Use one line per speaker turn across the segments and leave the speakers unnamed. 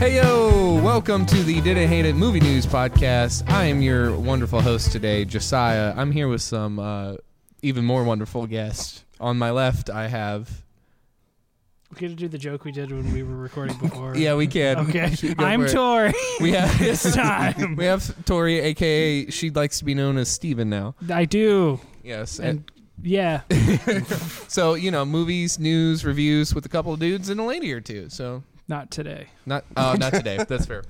Hey yo, welcome to the Didn't Hate It Movie News Podcast. I am your wonderful host today, Josiah. I'm here with some uh, even more wonderful guests. On my left, I have.
We could do the joke we did when we were recording before.
Yeah, we can.
Okay.
Go for
I'm
it.
Tori.
We have
This time.
We have Tori, aka she likes to be known as Steven now.
I do.
Yes.
And yeah.
so you know, movies, news, reviews with a couple of dudes and a lady or two. So
Not today.
not, uh, not today. That's fair.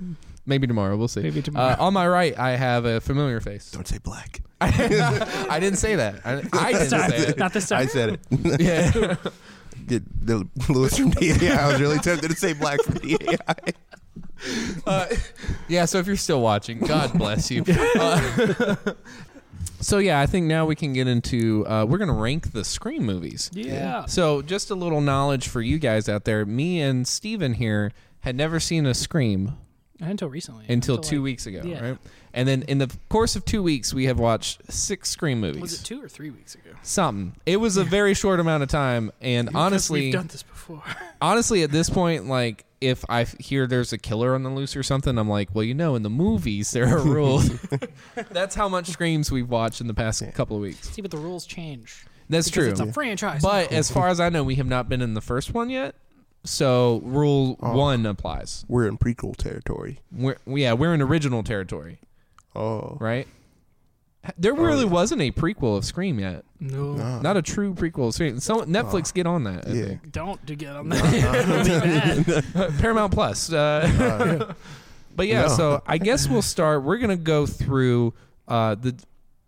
Maybe tomorrow. We'll see.
Maybe tomorrow.
Uh, on my right, I have a familiar face.
Don't say black.
I didn't say that. I, I didn't
Sorry.
say it.
Not this time.
I said it.
Yeah.
Get the Lewis from DAI. I was really tempted to say black from DAI.
Uh, yeah. So if you're still watching, God bless you. Uh, so yeah, I think now we can get into. Uh, we're gonna rank the Scream movies.
yeah.
So, just a little knowledge for you guys out there. Me and Steven here had never seen a Scream
Until recently.
until two
like-
weeks ago,
yeah.
right? And then in the course of two weeks, we have watched six Scream movies.
Was it two or three weeks ago?
Something. It was a very short amount of time, and honestly,
We've done this before.
honestly, at this point, like if I f- hear there's a killer on the loose or something, I'm like, well, you know, in the movies there are rules. That's how much Screams we've watched in the past couple of weeks.
See, but the rules change.
That's
Because
true.
It's a franchise.
But as far as I know, we have not been in the first one yet. So rule one applies.
We're in prequel territory.
We're, yeah, we're in original territory,
Oh.
right? There really wasn't a prequel of Scream yet.
no.
Not a true prequel of Scream. So Netflix, get on that. I
Uh-huh. Yeah.
think.
Don't do get on that.
Paramount Plus. Uh, but yeah,
No.
so I guess we'll start. We're gonna go through uh, the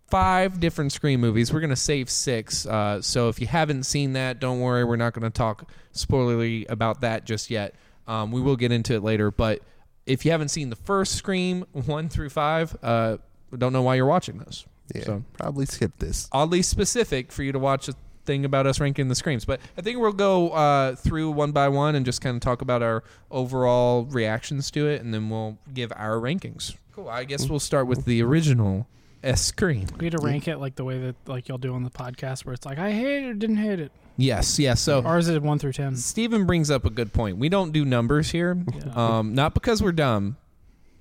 five different Scream movies. We're gonna save six. Uh, so if you haven't seen that, don't worry. We're not gonna talk spoilery about that just yet. Um, we will get into it later. But if you haven't seen the first Scream one through five, uh, don't know why you're watching this.
Yeah.
So
Probably skip this.
oddly specific for you to watch a thing about us ranking the screams. But I think we'll go uh, through one by one and just kind of talk about our overall reactions to it, and then we'll give our rankings. Mm. Cool. I guess we'll start with the original S scream.
we had to rank it like the way that like y'all do on the podcast, where it's like I hate it or didn't hate it,
Yes, yes. So
or is it one through ten?
Steven brings up a good point. We don't do numbers here, um, not because we're dumb.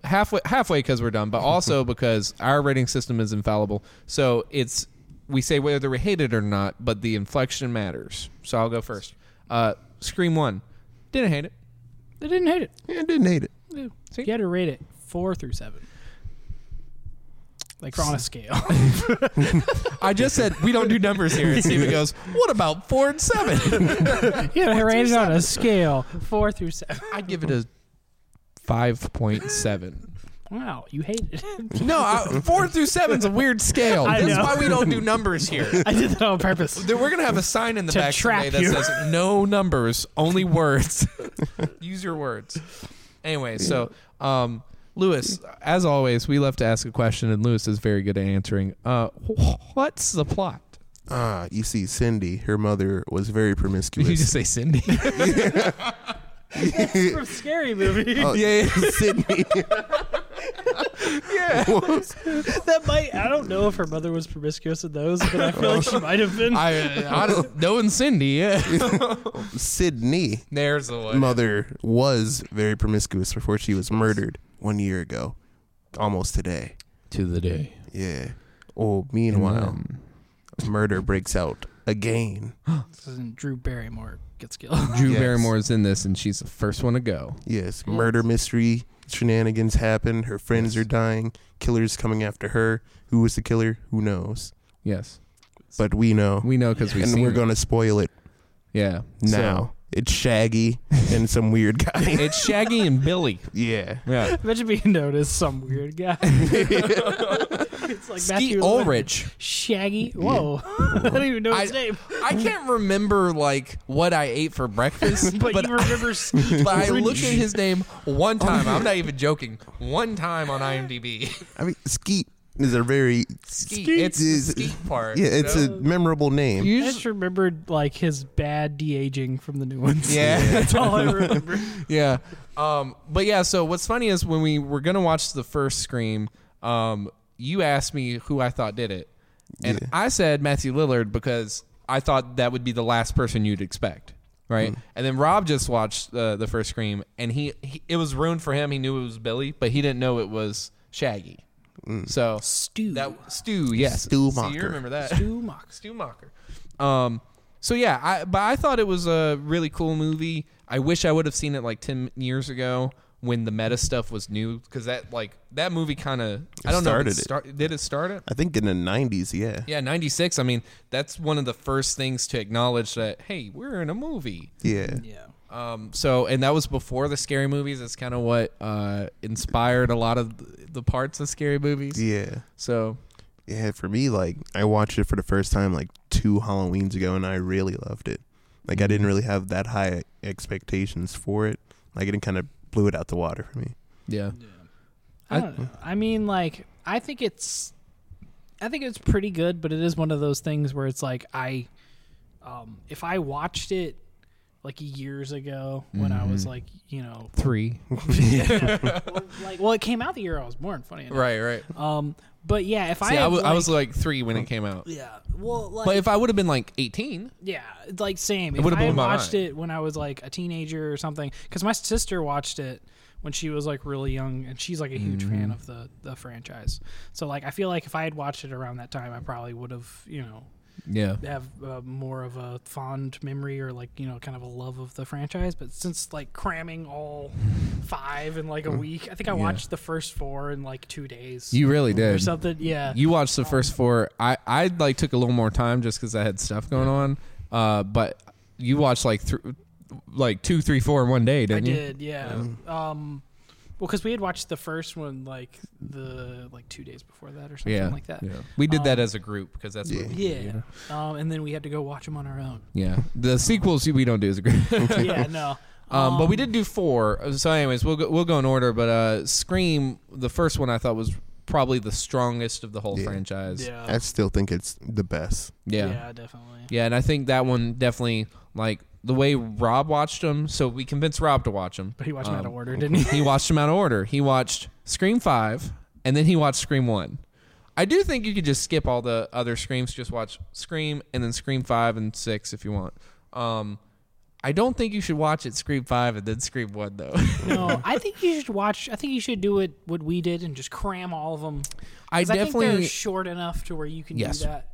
Halfway, halfway, because we're dumb, but also because our rating system is infallible. So it's we say whether we hate it or not, but the inflection matters. So I'll go first. Uh, Scream one, didn't hate it.
I didn't hate it.
Yeah, I didn't hate it.
Yeah.
See?
You had to rate it four through seven. Like on a scale.
I just said we don't do numbers here, and Steven goes, "What about four and seven?
you had to rate it on a scale. Four through seven.
I give it a five point seven.
Wow, you hate it.
No, I, four through seven's a weird scale.
I
That's
know.
why we don't do numbers here.
I did that on purpose.
Then we're gonna have a sign in the
To
back
trap
someday that
you.
says no numbers, only words. Use your words. Anyway, so um, Lewis, as always, we love to ask a question, and Lewis is very good at answering. Uh, wh- what's the plot?
Ah, you see, Cindy, her mother, was very
Did you
promiscuous.
just say Cindy?
From scary movie.
Oh,
yeah,
Sydney.
yeah.
That might I don't know if her mother was promiscuous in those, but I feel like she might have been.
Oh. I, I don't- knowing Cindy, yeah.
Sydney,
There's the one.
mother, was very promiscuous before she was murdered one year ago. Almost today.
To the day.
Yeah. Oh, meanwhile,
um,
murder breaks out again.
This isn't Drew Barrymore gets killed.
Drew
Yes.
Barrymore's in this, and she's the first one to go.
Yes, murder mystery shenanigans happen. Her friends are dying. Killer's coming after her. Who was the killer? Who knows?
Yes,
But we know,
we know because we
and
seen
we're
it.
gonna spoil it
Yeah, So-
now. it's Shaggy and some weird guy.
it's Shaggy and Billy.
yeah,
Yeah,
Imagine being known as some weird guy. it's like
Skeet
Matthew
Ulrich.
Shaggy. Whoa. I don't even know his
I-
name.
I can't remember like what I ate for breakfast, but
But,
but,
you remember Skeet
I
Ulrich.
looked at his name one
Oh,
time. I'm not even joking. One time on IMDb.
I mean Skeet is a very
Skeet.
Skeet
It's the
is-
skeet part.
yeah, it's a memorable name.
I just remembered like his bad de aging from the new ones.
Yeah.
that's all I remember.
yeah. Um, but yeah, so what's funny is when we were gonna watch the first Scream, um, you asked me who I thought did it, and I said Matthew Lillard because I thought that would be the last person you'd expect, right? And then Rob just watched uh, the first Scream, and he, he it was ruined for him. He knew it was Billy, but he didn't know it was Shaggy. So
Stu.
that Stu, yes,
Stu
See, you
Mocker.
remember that?
Stu Mox.
Stu Mocker. Um, so yeah, I but I thought it was a really cool movie. I wish I would have seen it like ten years ago when the meta stuff was new because that like that movie kind of I don't know
started
if
it.
start- did it start it?
I think in the '90s, yeah,
Yeah, ninety six. I mean, that's one of the first things to acknowledge that hey, we're in a movie.
yeah.
Yeah.
Um, so and that was before the scary movies. That's kind of what uh, inspired a lot of th- the parts of scary movies.
yeah.
So
Yeah, for me, like I watched it for the first time like two Halloweens ago, and I really loved it. Like I didn't really have that high expectations for it. Like it kind of blew it out the water for me.
yeah,
I, don't know. I mean, like, I think it's, I think it's pretty good, but it is one of those things where it's like I, um, if I watched it like years ago when I
Mm-hmm.
was like, you know,
three.
like, well, it came out the year I was born. Funny enough.
right, right.
Um, but yeah, if I,
See, I
had,
wa-
like,
I was like three when it came out.
yeah, well, like,
But if I would have been like 18,
Yeah, it's like same. If
would've
I
blew
had
my
watched
mind.
it when I was like a teenager or something, because my sister watched it when she was like really young, and she's like a huge fan
Mm-hmm.
of the the franchise. So like, I feel like if I had watched it around that time, I probably would have you know
yeah,
have uh, more of a fond memory or like you know kind of a love of the franchise. But since like cramming all five in like a week, I think I watched the first four in like two days
Mm. you really
or
did.
something. Yeah,
You watched the first four. I I like took a little more time just because I had stuff going on. Uh, but you watched like th- like two, three, four in one day,
I
didn't you?
did, yeah.
Oh.
Um, well, because we had watched the first one like the like two days before that or something
Yeah,
like that.
yeah. We did that Um, as a group because that's what we
Yeah.
do, you know?
Um, and then we had to go watch them on our own.
yeah. The sequels we don't do as a group.
yeah, no.
Um, but we did do four. So, anyways, we'll go, we'll go in order. But uh, Scream, the first one, I thought was probably the strongest of the whole
Yeah.
franchise.
Yeah,
I still think it's the best.
yeah.
yeah.
definitely.
Yeah, and I think that one definitely like the way Rob watched them. So we convinced Rob to watch them.
But he watched them out of
Um,
order, didn't he?
He watched them out of order. He watched Scream Five, and then he watched Scream One. I do think you could just skip all the other screams, just watch Scream and then Scream Five and Six if you want. Um, I don't think you should watch it Scream Five and then Scream One though.
no, I think you should watch. I think you should do it what we did and just cram all of them.
I
I think
definitely,
they're short enough to where you can
Yes.
do that.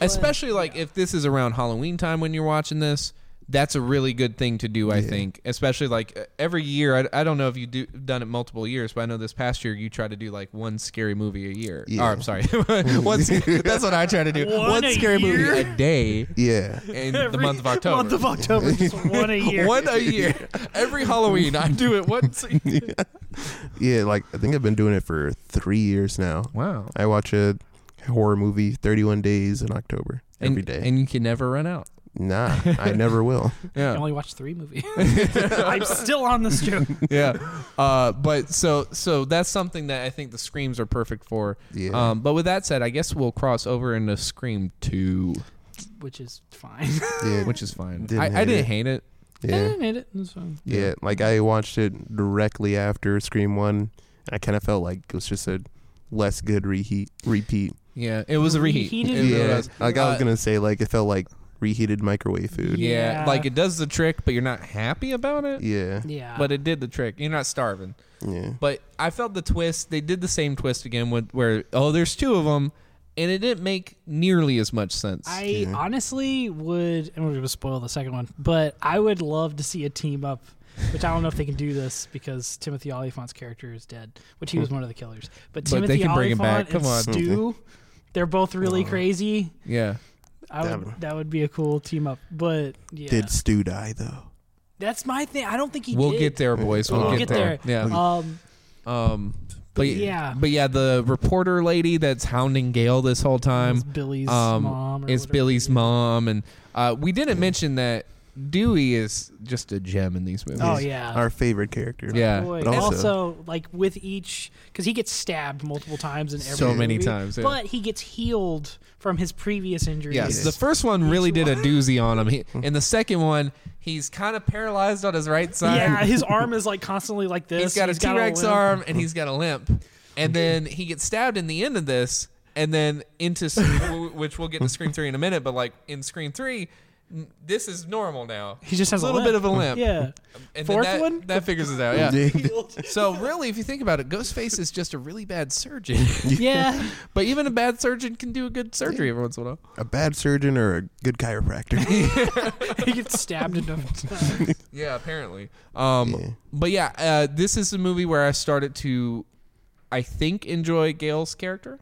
especially like if this is around Halloween time when you're watching this. That's a really good thing to do, I think. Especially like uh, every year. I, I don't know if you do done it multiple years, but I know this past year you try to do like one scary movie a year.
Yeah.
Or, I'm sorry, one, sc- that's what I try to do.
One a
scary movie
year?
a day
Yeah,
in the
Every
month of October.
Month of October, just one a year.
one a year. Every Halloween, I do it once. a year.
yeah. Like I think I've been doing it for three years now.
Wow.
I watch a horror movie 31 days in October every
and,
day.
and you can never run out.
nah, I never will.
I
Yeah.
only watched three movies. I'm still on this joke.
yeah. Uh, but so so that's something that I think the screams are perfect for.
Yeah.
Um, but with that said, I guess we'll cross over into Scream Two,
which is fine.
Yeah,
which is fine.
Didn't
I, I
hate
didn't
it.
hate it.
yeah.
I made it. It was fine.
Yeah. like I watched it directly after Scream One. I kind of felt like it was just a less good reheat repeat.
Yeah, it was a reheat.
Reheated?
It really
yeah,
was.
like I was
Uh,
gonna say, like it felt like reheated microwave food. Yeah,
Yeah,
Yeah.
like it does the trick, but you're not happy about it.
yeah,
Yeah,
But it did the trick. You're not starving.
yeah.
But I felt the twist. They did the same twist again, with, where oh, there's two of them, and it didn't make nearly as much sense.
I honestly would. I'm going to spoil the second one, but I would love to see a team up. Which I don't know if they can do this because Timothy Oliphant's character is dead, which he was one of the killers. But,
Hmm. But they
Timothy
can bring him
Oliphant
back. Come
and
on.
Stu, they're both
Uh-huh.
really crazy.
yeah.
I would,
Damn.
that would be a cool team up. But yeah,
Did Stu die though?
that's my thing. I don't think he
We'll
did.
get there, boys. We'll,
We'll
get, there. Yeah.
Um,
Um, but yeah,
Yeah.
but yeah, the reporter lady that's hounding Gail this whole time
it's Billy's
um,
mom. Or
is
whatever.
Billy's mom, and uh, we didn't mention that Dewey is just a gem in these movies.
Oh yeah.
Our favorite character.
Uh, yeah,
Boy,
But
and
also-
also, like with each, because he gets stabbed multiple times in every
so many
movie,
times. yeah.
but he gets healed from his previous injuries.
Yes, the first one really did a doozy on him. He, and the second one, he's kind of paralyzed on his right side.
yeah, his arm is like constantly like this.
he's got a
and
T Rex
limp.
arm and he's got a limp. And then he gets stabbed in the end of this, and then into Scream- which we'll get to Scream three in a minute. But like in Scream three, n- this is normal now.
He just has
a
a
little
limp.
bit of a limp.
Yeah.
And then
Fourth
that,
one?
that figures us out. Yeah.
yeah.
So really, if you think about it, Ghostface is just a really bad surgeon.
Yeah.
but even a bad surgeon can do a good surgery every once in a while.
a bad surgeon or a good chiropractor.
he gets stabbed enough times.
Yeah, apparently. Um,
Yeah.
But yeah, uh, this is a movie where I started to, I think, enjoy Gail's character.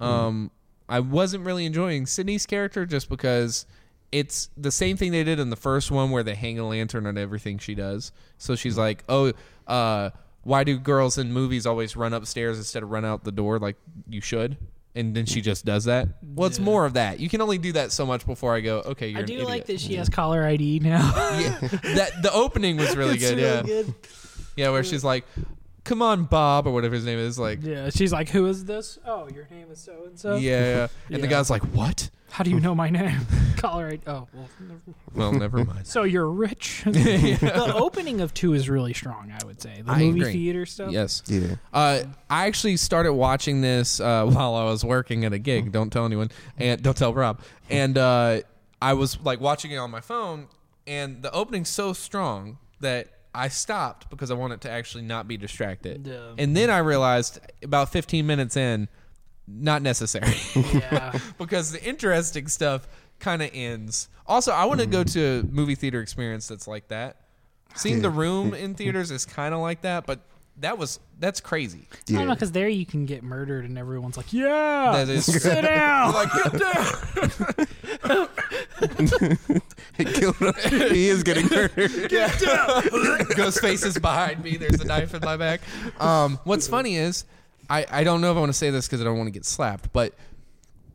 Um, I wasn't really enjoying Sydney's character just because it's the same thing they did in the first one where they hang a lantern on everything she does. So she's like, oh, uh, why do girls in movies always run upstairs instead of run out the door like you should? And then she just does that. Well, it's more of that. You can only do that so much before I go, okay, you're
I
an
do
idiot.
like that she has caller ID now.
yeah, that the opening was really
It's
good.
really
yeah,
good.
yeah, where she's like, "Come on, Bob," or whatever his name is. Like, yeah,
Yeah, she's like, "Who is this? Oh, your name is so and so.
yeah. and the
Yeah.
guy's like, "What?"
How do you know my name? Caller ID. Oh, well. never-
Well, never mind.
So you're rich. The opening of two is really strong. I would say the
I
movie
agree.
theater stuff.
Yes,
yeah.
uh, I actually started watching this uh, while I was working at a gig. Don't tell anyone, and don't tell Rob. And uh, I was like watching it on my phone, and the opening's so strong that I stopped because I wanted to actually not be distracted.
Yeah.
And then I realized about 15 minutes in, not necessary.
Yeah.
because the interesting stuff kind of ends. Also, I want to go
Mm.
to a movie theater experience that's like that. Seeing the room in theaters is kind of like that, but that was that's crazy.
I don't know
Yeah.
because there you can get murdered and everyone's like, "Yeah,
That is
sit down."
like get down.
It killed him. he is getting murdered.
Ghostface is behind me. There's a knife in my back. Um, what's funny is I I don't know if I want to say this because I don't want to get slapped, but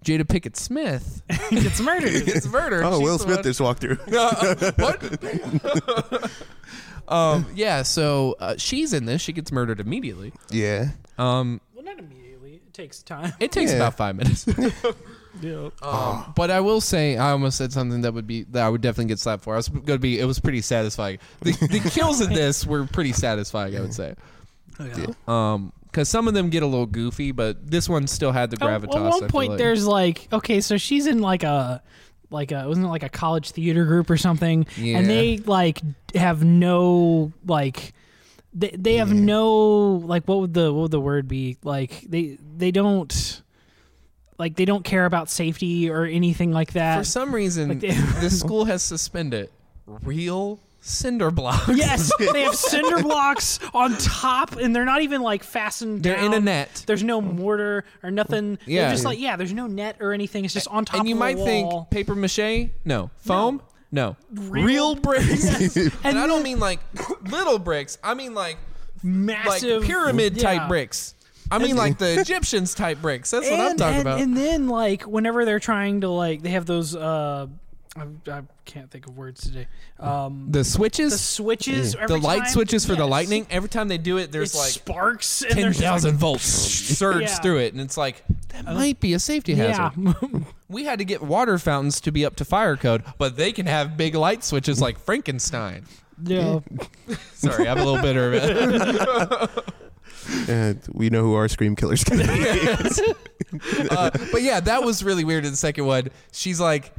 Jada Pickett Smith
he gets murdered.
gets murdered.
Oh,
She's
Will
the
Smith
one-
just walked through.
Uh, what? um, yeah, so uh, she's in this. She gets murdered immediately.
Yeah.
Um,
well, not immediately. It takes time.
it takes
Yeah.
about five minutes.
Yeah.
Um, but I will say, I almost said something that would be that I would definitely get slapped for. I was going to be. It was pretty satisfying. The, the kills in this were pretty satisfying. I would say.
yeah.
Um, because some of them get a little goofy, but this one still had the
At-
gravitas.
At
I
one
feel
point,
like.
there's like, okay, so she's in like a, like a, wasn't it like a college theater group or something?
Yeah.
And they like have no like, they they have no like what would the what would the word be like they they don't like they don't care about safety or anything like
for
that.
some reason
like they-
this school has suspended real cinder blocks.
yes, they have cinder blocks on top, and they're not even like fastened.
they're in a
down.
net.
There's no mortar or nothing. Yeah,
Yeah.
they're just like yeah. There's no net or anything. It's just on top.
and you
of a
might
wall.
think paper mache no foam no,
Real-
bricks and,
And
i don't mean
then-
like little bricks i mean like
massive
like pyramid
yeah.
type bricks i mean like the egyptians type bricks that's
And,
what i'm talking
and-
about
and then like whenever they're trying to like they have those uh I, I can't think of words today. Um
the
the
switches
switches
the
every
light
time-
switches for the
yes.
lightning every time they do it
It
there's like
sparks and there's just, like,
10,000 volts surge
Yeah. Uh,
through it and it's like that might be a safety hazard.
yeah.
We had to get water fountains to be up to fire code, but they can have big light switches like Frankenstein.
yeah.
Sorry, I'm a little bitter about it.
Uh, we know who our scream killer's gonna be.
Uh, but yeah, that was really weird in the second one. She's like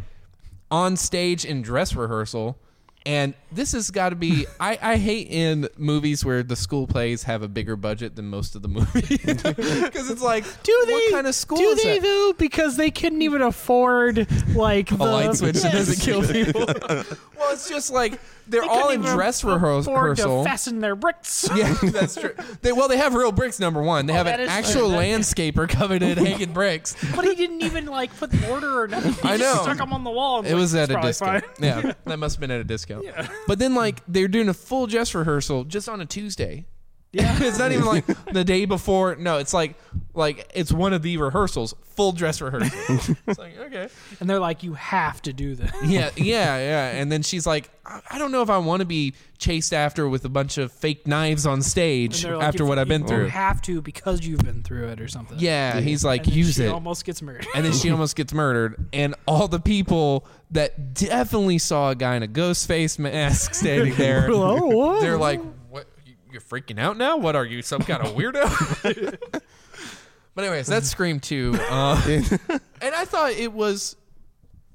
on stage in dress rehearsal. And this has got to be. I, I hate in movies where the school plays have a bigger budget than most of the movie. Because it's like,
Do they
what kind of school
Do
is
they
that?
though? Because they couldn't even afford like
a
the
light switch that
Yes.
doesn't kill people. well, it's just like they're
They
all in
couldn't even
dress rehears-
afford to
rehearsal.
fasten their bricks.
Yeah, that's true. They, well, they have real bricks. Number one, they have
Oh, that
an
is
actual
true.
landscaper covered in hanging bricks.
But he didn't even like put mortar or nothing. He
I know.
Just stuck them on the wall. and
It
like,
was
"It's
at a
probably
discount.
fine."
Yeah, that must have been at a discount. But then, like, they're doing a full dress rehearsal just on a Tuesday.
Yeah.
it's not even like the day before. No, it's like, like it's one of the rehearsals, full dress rehearsal. it's like okay,
And they're like, you have to do this.
yeah, yeah, yeah. And then she's like, I, I don't know if I want to be chased after with a bunch of fake knives on stage
They're like,
after
"If-
what I've
if
been
You
through.
have to because you've been through it or something.
Yeah, he's like,
Oh, And then
use
she
it.
almost gets murdered.
and then she almost gets murdered. And all the people that definitely saw a guy in a ghost face mask standing there, they're like, "What? you- You're freaking out now? What are you, some kind of weirdo?" But anyways, that's Scream Two, uh, and I thought it was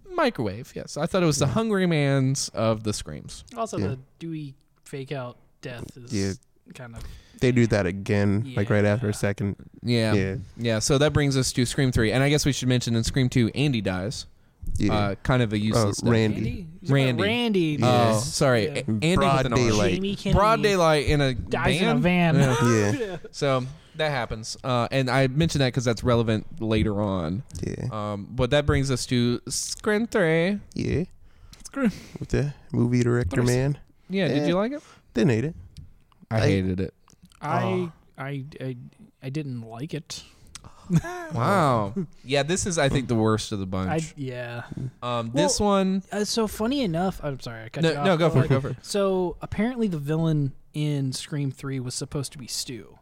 microwave. Yes, I thought it was the Hungry Man's of the screams.
Also,
Yeah.
the Dewey fake out death is
Yeah.
kind of
They do that again, like right after
Yeah.
a second.
Yeah. yeah,
Yeah.
So that brings us to Scream Three, and I guess we should mention in Scream Two, Andy dies.
Yeah.
Uh, kind of a useless. death.
Randy.
Randy. He's like,
Randy.
Randy.
Yeah.
Oh, sorry,
Yeah.
A- Andy
Broad
with an R.
daylight.
Jamie Kennedy
Broad daylight in a
dies
van?
in a van.
Yeah.
yeah.
So that happens, uh, and I mentioned that because that's relevant later on.
Yeah.
Um, but that brings us to Scream Three.
Yeah.
Scream.
With the movie director
Thirty-
man.
Yeah, did
Eh.
you like it?
Didn't hate it.
I,
I-
hated it.
I,
Oh.
I, I, I didn't like it.
Wow. yeah, this is I think the worst of the
I
bunch.
yeah.
um, this one.
Uh, so funny enough, I'm sorry. I cut you
No,
off,
no, go
but
for it.
like,
Go for it.
So apparently, the villain in Scream Three was supposed to be Stu.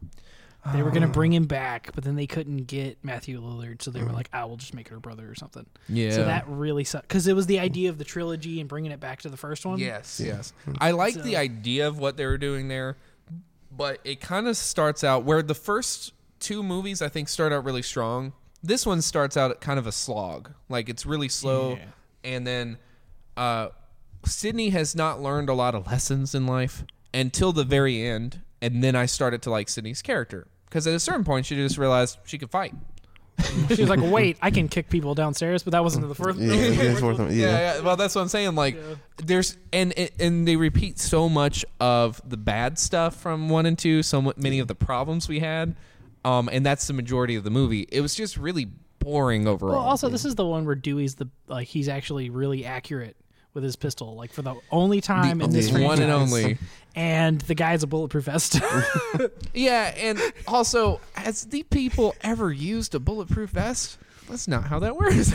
They were going to
Oh.
bring him back, but then they couldn't get Matthew Lillard, so they
Mm.
were like, "I will just make her a brother or something."
Yeah.
So that really sucked because it was the idea of the trilogy and bringing it back to the first one.
Yes, yes. I like the idea of what they were doing there, but it kind of starts out where the first two movies I think start out really strong. This one starts out kind of a slog. Like it's really slow
Yeah.
and then uh Sydney has not learned a lot of lessons in life until the very end, and then I started to like Sydney's character because at a certain point she just realized she could fight.
she was like, "Wait, I can kick people downstairs," but that wasn't the first.
Yeah. that's worth it. Yeah.
yeah, yeah. Well, that's what I'm saying. Like,
Yeah.
there's and and- and they repeat so much of the bad stuff from one and two. So mu- many of the problems we had, um, and that's the majority of the movie. It was just really boring overall.
Well, also, this is the one where Dewey's the like he's actually really accurate with his pistol, like for the only time in this
The one and
franchise.
only.
And the guy's a bulletproof vest.
Yeah, and also, has the people ever used a bulletproof vest? That's not how that works.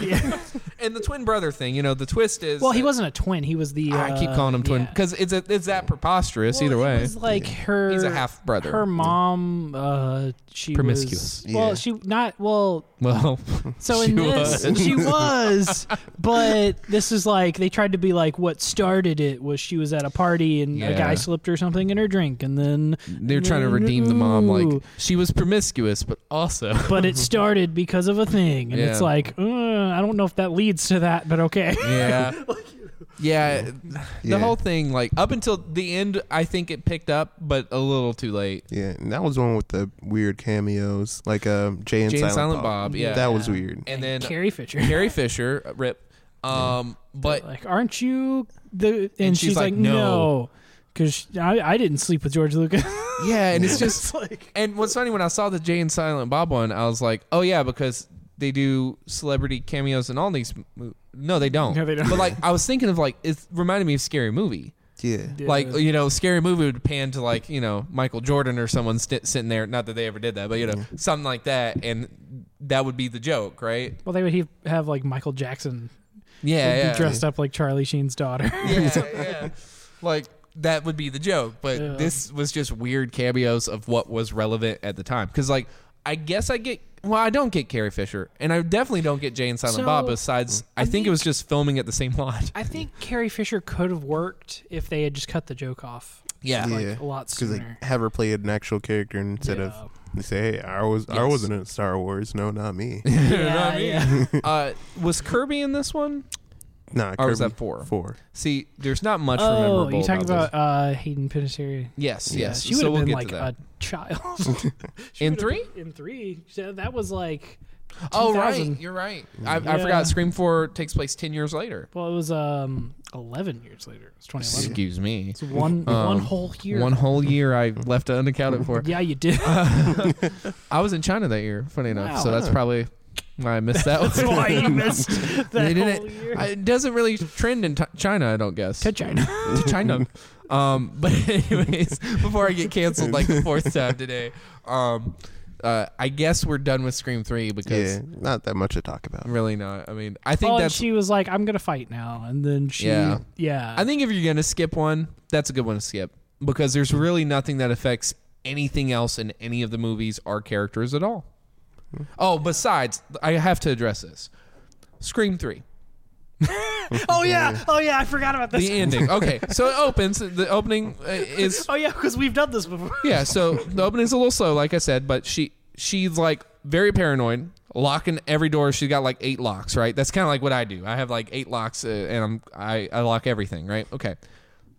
and the twin brother thing, you know, the twist is.
well, he
that-
wasn't a twin. He was the.
I keep
uh,
calling him twin
yeah.
because it's a, it's that preposterous
Well,
either way.
it was like her.
He's a half-brother.
Her mom, uh, she
Promiscuous.
Was, Well,
Yeah.
she not well.
well,
So in
She
this,
was.
she was, but this is like they tried to be like what started it was she was at a party and
Yeah.
a guy slipped her something in her drink and then
They're trying to redeem the mom.
Ooh.
Like she was promiscuous, but also
but it started because of a thing and it's
Yeah.
like uh, I don't know if that leads to that, but okay.
yeah, yeah. The
Yeah.
whole thing, like up until the end, I think it picked up, but a little too late.
Yeah. And that was one with the weird cameos, like um, Jay and
Jane
Silent,
Silent, Bob, yeah,
That was weird.
and then Carrie,
Carrie Fisher,
Fisher, uh, rip. Um, but
like, aren't you the? And,
she's
she's,
like,
like, no, because I, I didn't sleep with George Lucas.
yeah, and it's just
it's like
and what's funny when I saw the Jay and Silent Bob one, I was like, oh yeah, because they do celebrity cameos in all these. Mo- no, they don't.
No, they don't.
But like, I was thinking of like it reminded me of Scary Movie.
Yeah.
Like
Yeah.
you know, scary movie would pan to like you know Michael Jordan or someone st- sitting there. Not that they ever did that, but you know something like that, and that would be the joke, right?
well, they would he- have like Michael Jackson be
Yeah, yeah,
dressed up like Charlie Sheen's daughter.
yeah, yeah. Like that would be the joke, but
Yeah.
this was just weird cameos of what was relevant at the time. Because like I guess I get well, I don't get Carrie Fisher, and I definitely don't get Jay and Silent
So,
Bob. Besides, I, think, it was just filming at the same lot.
I think Carrie Fisher could have worked if they had just cut the joke off
Yeah,
Yeah.
like a lot
Because they
sooner.
have her play an actual character instead of they say, "Hey, I was I
Yes.
wasn't in Star Wars. No, not me.
yeah,
know what I mean?
yeah.
uh, was Kirby in this one?
nah,
Or was
Kirby-
that four?
Four.
See, there's not much.
Oh,
rememberable
you talking
this.
about uh, Hayden Panettiere? Uh,
Yes, yes.
she would
so
have
we'll
been
get
like
to that.
a child. She
In
would've
three?
been- in three, so that was like.
oh, right.
2000.
You're right. I, I
Yeah.
forgot. Scream Four takes place ten years later.
Well, it was um eleven years later. It's twenty eleven.
Excuse me.
It's one
Um,
one whole year.
One whole year I left unaccounted for.
yeah, you did.
I was in China that year. Funny enough,
Wow.
so that's probably why I missed that. one.
That's why you missed that
they
whole
didn't.
year.
I- It doesn't really trend in t- China. I don't guess
to China.
to China. um, but anyways, before I get canceled like the fourth time today, um, uh, I guess we're done with Scream Three because
Yeah, not that much to talk about.
really not. I mean, I think
Oh, and
that's
she was like, "I'm gonna fight now," and then she,
Yeah.
yeah,
I think if you're gonna skip one, that's a good one to skip because there's really nothing that affects anything else in any of the movies or characters at all. Oh, besides, I have to address this: Scream Three,
oh yeah, oh yeah, I forgot about this.
the ending. Okay, so it opens. The opening uh, is
Oh yeah, because we've done this before.
yeah. So the opening's a little slow, like I said, but she she's like very paranoid, locking every door. She's got like eight locks, right? That's kind of like what I do. I have like eight locks, uh, and I'm I, I lock everything, right? Okay.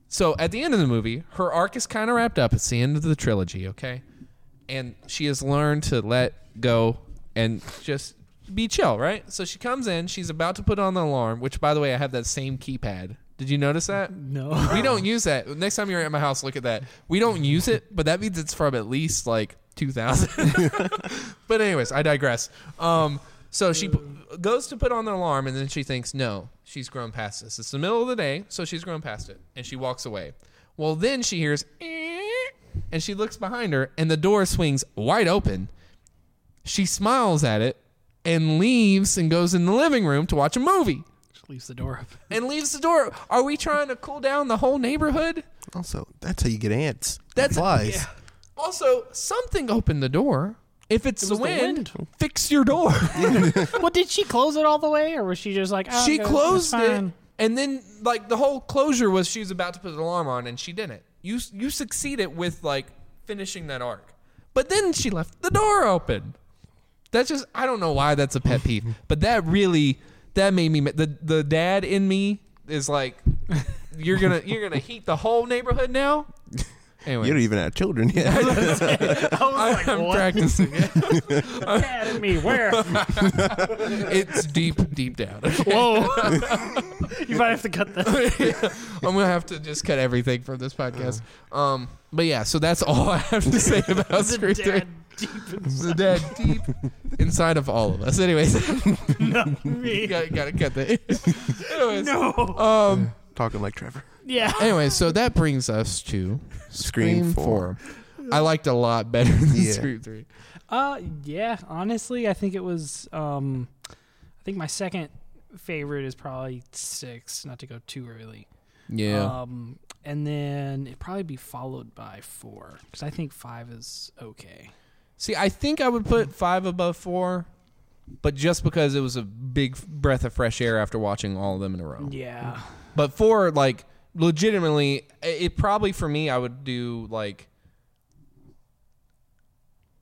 So at the end of the movie, her arc is kind of wrapped up. It's the end of the trilogy, okay? And she has learned to let go and just be chill, right? So she comes in, she's about to put on the alarm, which by the way, I have that same keypad. Did you notice that?
No.
We don't use that. Next time you're at my house, look at that. We don't use it, but that means it's from at least like 2000. but anyways, I digress. Um, so she p- goes to put on the alarm, and then she thinks, no, she's grown past this. It's the middle of the day, so she's grown past it, and she walks away. Well, then she hears, "Eh," and she looks behind her, and the door swings wide open. She smiles at it and leaves and goes in the living room to watch a movie
Just leaves the door open.
and leaves the door. Are we trying to cool down the whole neighborhood?
Also, that's how you get ants.
That's-
flies.
Also, something opened the door. If it's
It
the
was the
wind, fix your door.
well, did she close it all the way, or was she just like oh,
she
okay, it's
closed it,
fine.
and then like the whole closure was she was about to put an alarm on, and she didn't. You you succeeded with like finishing that arc, but then she left the door open. That's just I don't know why that's a pet peeve, but that really that made me ma- the the dad in me is like you're gonna you're gonna heat the whole neighborhood now. Anyway,
You don't even have children yet.
I was like,
I'm
what?
practicing.
Mad at me? Where?
it's deep, deep down.
Whoa! you might have to cut that.
I'm gonna have to just cut everything from this podcast. Um, but yeah, so that's all I have to say about
Oh. The
Scream Three.
dad deep inside
The dead deep inside of all of us. Anyways,
me.
you gotta, gotta cut that. Anyways,
No.
um,
Talking like Trevor.
Yeah.
anyway, so that brings us to Scream
Scream
Four.
four.
I liked a lot better than
Yeah.
Scream Three.
Uh, yeah. Honestly, I think it was. Um, I think my second favorite is probably six. Not to go too early.
Yeah,
Um, and then it'd probably be followed by four because I think five is okay.
See, I think I would put five above four, but just because it was a big breath of fresh air after watching all of them in a row.
Yeah.
But four, like, legitimately, it- it probably for me, I would do like.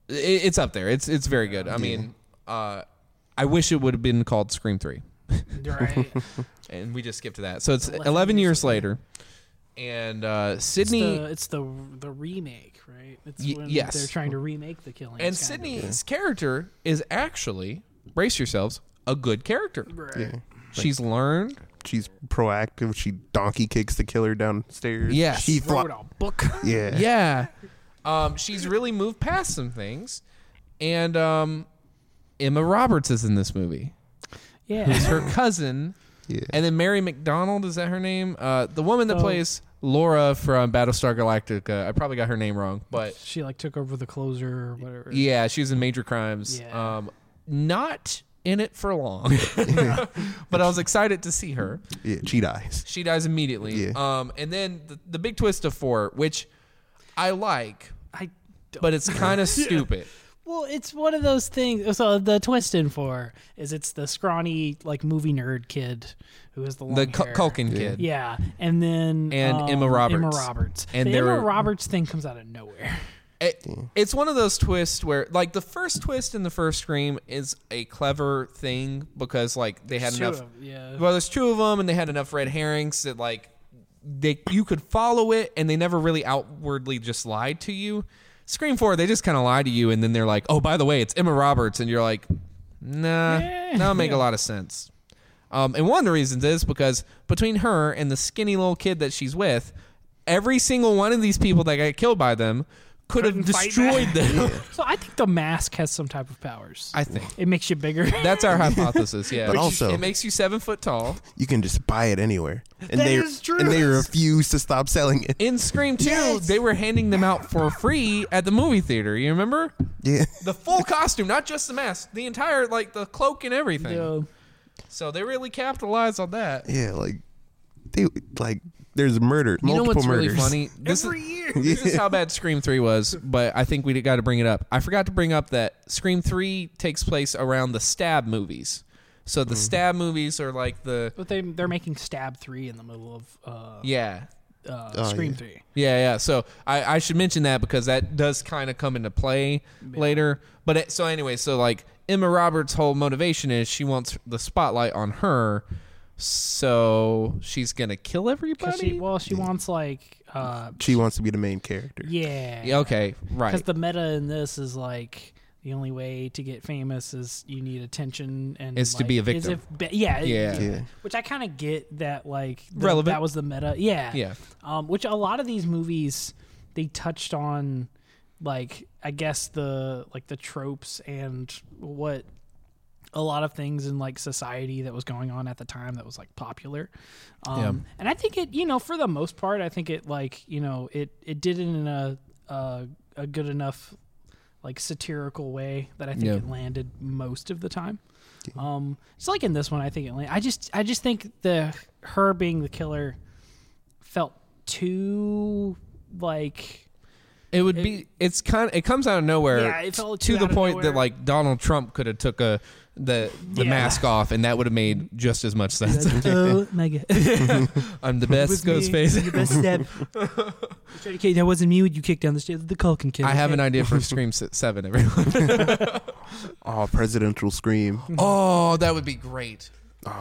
i- It's up there. It's it's very good. I mean, uh, I wish it would have been called Scream Three,
Right.
and we just skipped to that. So it's eleven,
11
years later, and uh,
It's
Sydney
the, it's the the remake, right? It's
Y-
when
yes.
they're trying to remake the killing.
and Sydney's character is actually brace yourselves a good character.
Right.
Yeah.
She's learned.
She's proactive. She donkey kicks the killer downstairs.
Yes.
She
Wrote
flo-
a book.
yeah.
yeah. Um, she's really moved past some things. And um, Emma Roberts is in this movie. It's
Yeah.
her cousin.
Yeah.
And then Mary McDonald, is that her name? Uh, the woman that
Oh.
plays Laura from Battlestar Galactica. I probably got her name wrong, but
she like took over the closer or whatever.
yeah, she was in Major Crimes.
Yeah.
Um, not in it for long, but I was excited to see her.
Yeah, She dies.
She dies immediately.
Yeah.
Um, and then the, the big twist of four, which I like,
I don't.
but it's kind of stupid.
well, it's one of those things. So the twist in four is it's the scrawny like movie nerd kid who has the long
the Cul-
hair.
Culkin kid.
Yeah, and then
And
um,
Emma Roberts.
Emma Roberts.
And
the
there
Emma
were-
Roberts thing comes out of nowhere.
It- it's one of those twists where, like, the first twist in the first Scream is a clever thing because, like, they had
Two
enough.
of 'em, Yeah.
Well, there's two of them, and they had enough red herrings that, like, they you could follow it, and they never really outwardly just lied to you. Scream Four, they just kind of lie to you, and then they're like, "Oh, by the way, it's Emma Roberts," and you're like, "Nah,
Yeah.
that don't make a lot of sense." Um, and one of the reasons is because between her and the skinny little kid that she's with, every single one of these people that got killed by them could have
Couldn't fight
destroyed them.
So I think the mask has some type of powers.
I think
it makes you bigger.
that's our hypothesis. Yeah,
But also-
it makes you seven foot tall.
You can just buy it anywhere. And
That
they
is true.
and they refuse to stop selling it.
In Scream 2,
Yes.
they were handing them out for free at the movie theater. You remember?
Yeah.
The full costume, not just the mask, the entire, like, the cloak and everything.
Yeah.
So they really capitalized on that.
Yeah, like they like there's murder,
You know
multiple
what's
murders.
really funny? This
Every
is,
year.
This is how bad Scream 3 was, but I think we got to bring it up. I forgot to bring up that Scream 3 takes place around the stab movies. So
Mm-hmm.
the stab movies are like the.
But they they're making Stab three in the middle of uh,
Yeah.
uh,
Oh,
Scream
yeah.
Three.
Yeah, yeah. So I, I should mention that because that does kind of come into play later. But it, so anyway, so like Emma Roberts' whole motivation is she wants the spotlight on her, so she's gonna kill
'Cause
everybody.
She, well, she wants like uh,
She wants to be the main character.
yeah,
Yeah, okay,
Because
right.
the meta in this is like the only way to get famous is you need attention and
Is to
like,
be a
Is
victim.
if, ba- yeah, it-
Yeah.
Yeah.
Which I kind of get that like the,
Relevant.
That was the meta. Yeah.
Yeah.
Um, which a lot of these movies they touched on, like I guess the like the tropes and what a lot of things in like society that was going on at the time that was like popular. Um, and I think it, you know, for the most part, I think it like, you know, it, it did it in a, a, a good enough, like satirical way that I think
Yeah.
it landed most of the time. Um, it's like in this one, I think it, land- I just, I just think the, her being the killer felt too like,
It would be. It's kind. It comes out of nowhere.
Yeah, it felt
to
too
the
out of
point that
nowhere.
like Donald Trump could have took a the the
Yeah.
mask off, and that would have made just as much sense.
oh my god.
I'm the best Ghostface.
that wasn't me when you kicked down the stairs. The Culkin kid.
I have an idea for Scream S- Seven. Everyone.
Oh, presidential scream.
Oh, that would be great.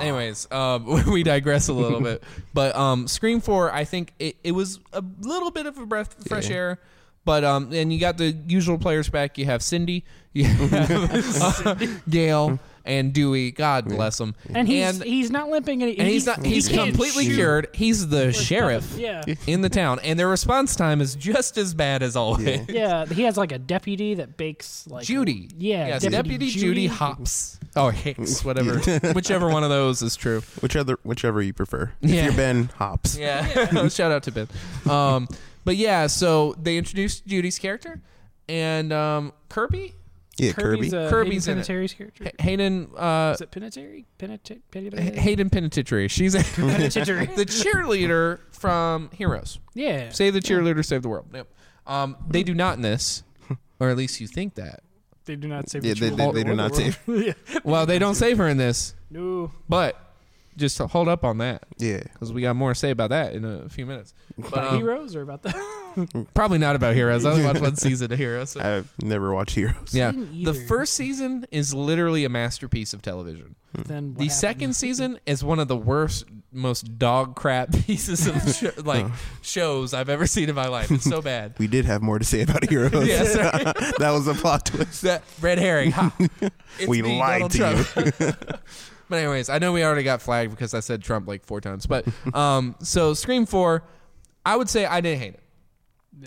Anyways, um, we digress a little bit, but um, Scream Four, I think it, it was a little bit of a breath of fresh air, but um, and you got the usual players back. You have Cindy, you have uh, Gail, and Dewey. God bless them.
And he's
and,
he's not limping any.
and he's
he-
not
he
he's
can't
completely
shoot.
cured. He's the sheriff
Yeah.
in the town, and their response time is just as bad as always.
Yeah, he has like a deputy that bakes like
Judy.
Yeah,
Yes, Deputy, Judy, Hops. Oh, Hicks, whatever. Whichever one of those is true.
Whichever, whichever you prefer.
Yeah.
If you're Ben Hops.
Yeah. Shout out to Ben. Um, but yeah, so they introduced Judy's character and um, Kirby?
Yeah,
Kirby's,
Kirby.
Kirby's
Uh, Kirby's
in it.
Penitentiary's character.
H- Hayden uh,
Is it Penitentiary? Penitentiary?
H- Hayden Penitentiary. She's the
Penitentiary.
cheerleader from Heroes.
yeah.
Save the cheerleader, save the world. Yep. Um, they do not in this, or at least you think that.
They do not save.
yeah,
the
they, they,
children.
they do not save.
Well, they don't save her in this,
No.
but just to hold up on that
Yeah.
because we got more to say about that in a few minutes. But,
About
um,
heroes or about that?
Probably not about heroes. I only watched one season of heroes. so-
I've never watched Heroes.
Yeah,
didn't
the
either.
first season is literally a masterpiece of television.
then what
the
happened?
second season is one of the worst, most dog crap pieces of sh-
Oh.
like shows I've ever seen in my life. It's so bad.
We did have more to say about Heroes.
Yeah, sorry.
that was a plot twist.
That red herring. Ha. It's
We
me,
lied
Donald
to
Trump. but anyways, I know we already got flagged because I said Trump like four times. But um, so Scream Four, I would say I didn't hate it.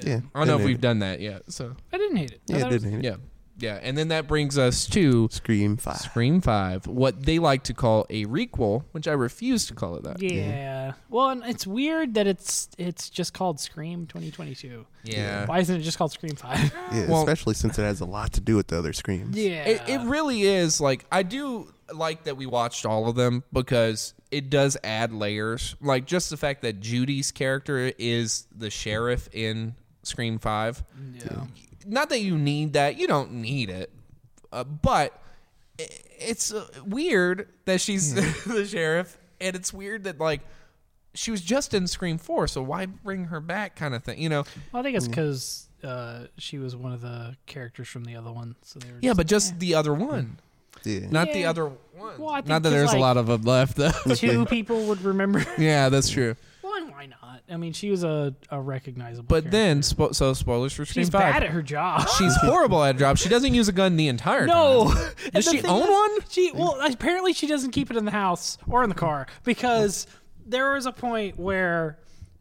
Yeah.
I don't know if
And it-
we've done that yet. So
I didn't hate it. I
Yeah,
thought it
it
was-
didn't.
yeah, yeah, and then that brings us to
Scream 5.
Scream 5, what they like to call a requel, which I refuse to call it that.
Yeah. Well, and it's weird that it's it's just called Scream 2022.
Yeah.
Why isn't it just called Scream 5?
Yeah,
Well-
especially since it has a lot to do with the other Screams.
yeah.
It, it really is like I do like that we watched all of them because it does add layers. Like just the fact that Judy's character is the sheriff in Scream 5.
yeah.
Not that you need that, you don't need it. Uh, but i- it's uh, weird that she's
Hmm.
the sheriff and it's weird that like she was just in Scream 4, so why bring her back kind of thing, you know?
Well, I think it's because uh, she was one of the characters from the other one, so they were.
Yeah, but just the other one,
Yeah.
not the
Yeah.
other one.
Well, I think
not that
'cause,
there's a
like-
lot of them left, though.
just two people would remember
yeah, that's true.
one. Why not? I mean, she was a, a recognizable.
But
character.
then, spo- so spoilers for Scream
she's
Five.
bad at her job.
She's horrible at a job. She doesn't use a gun the entire
No,
time.
And
Does
the
she
thing
own
is,
one?
She well, apparently she doesn't keep it in the house or in the car because there was a point where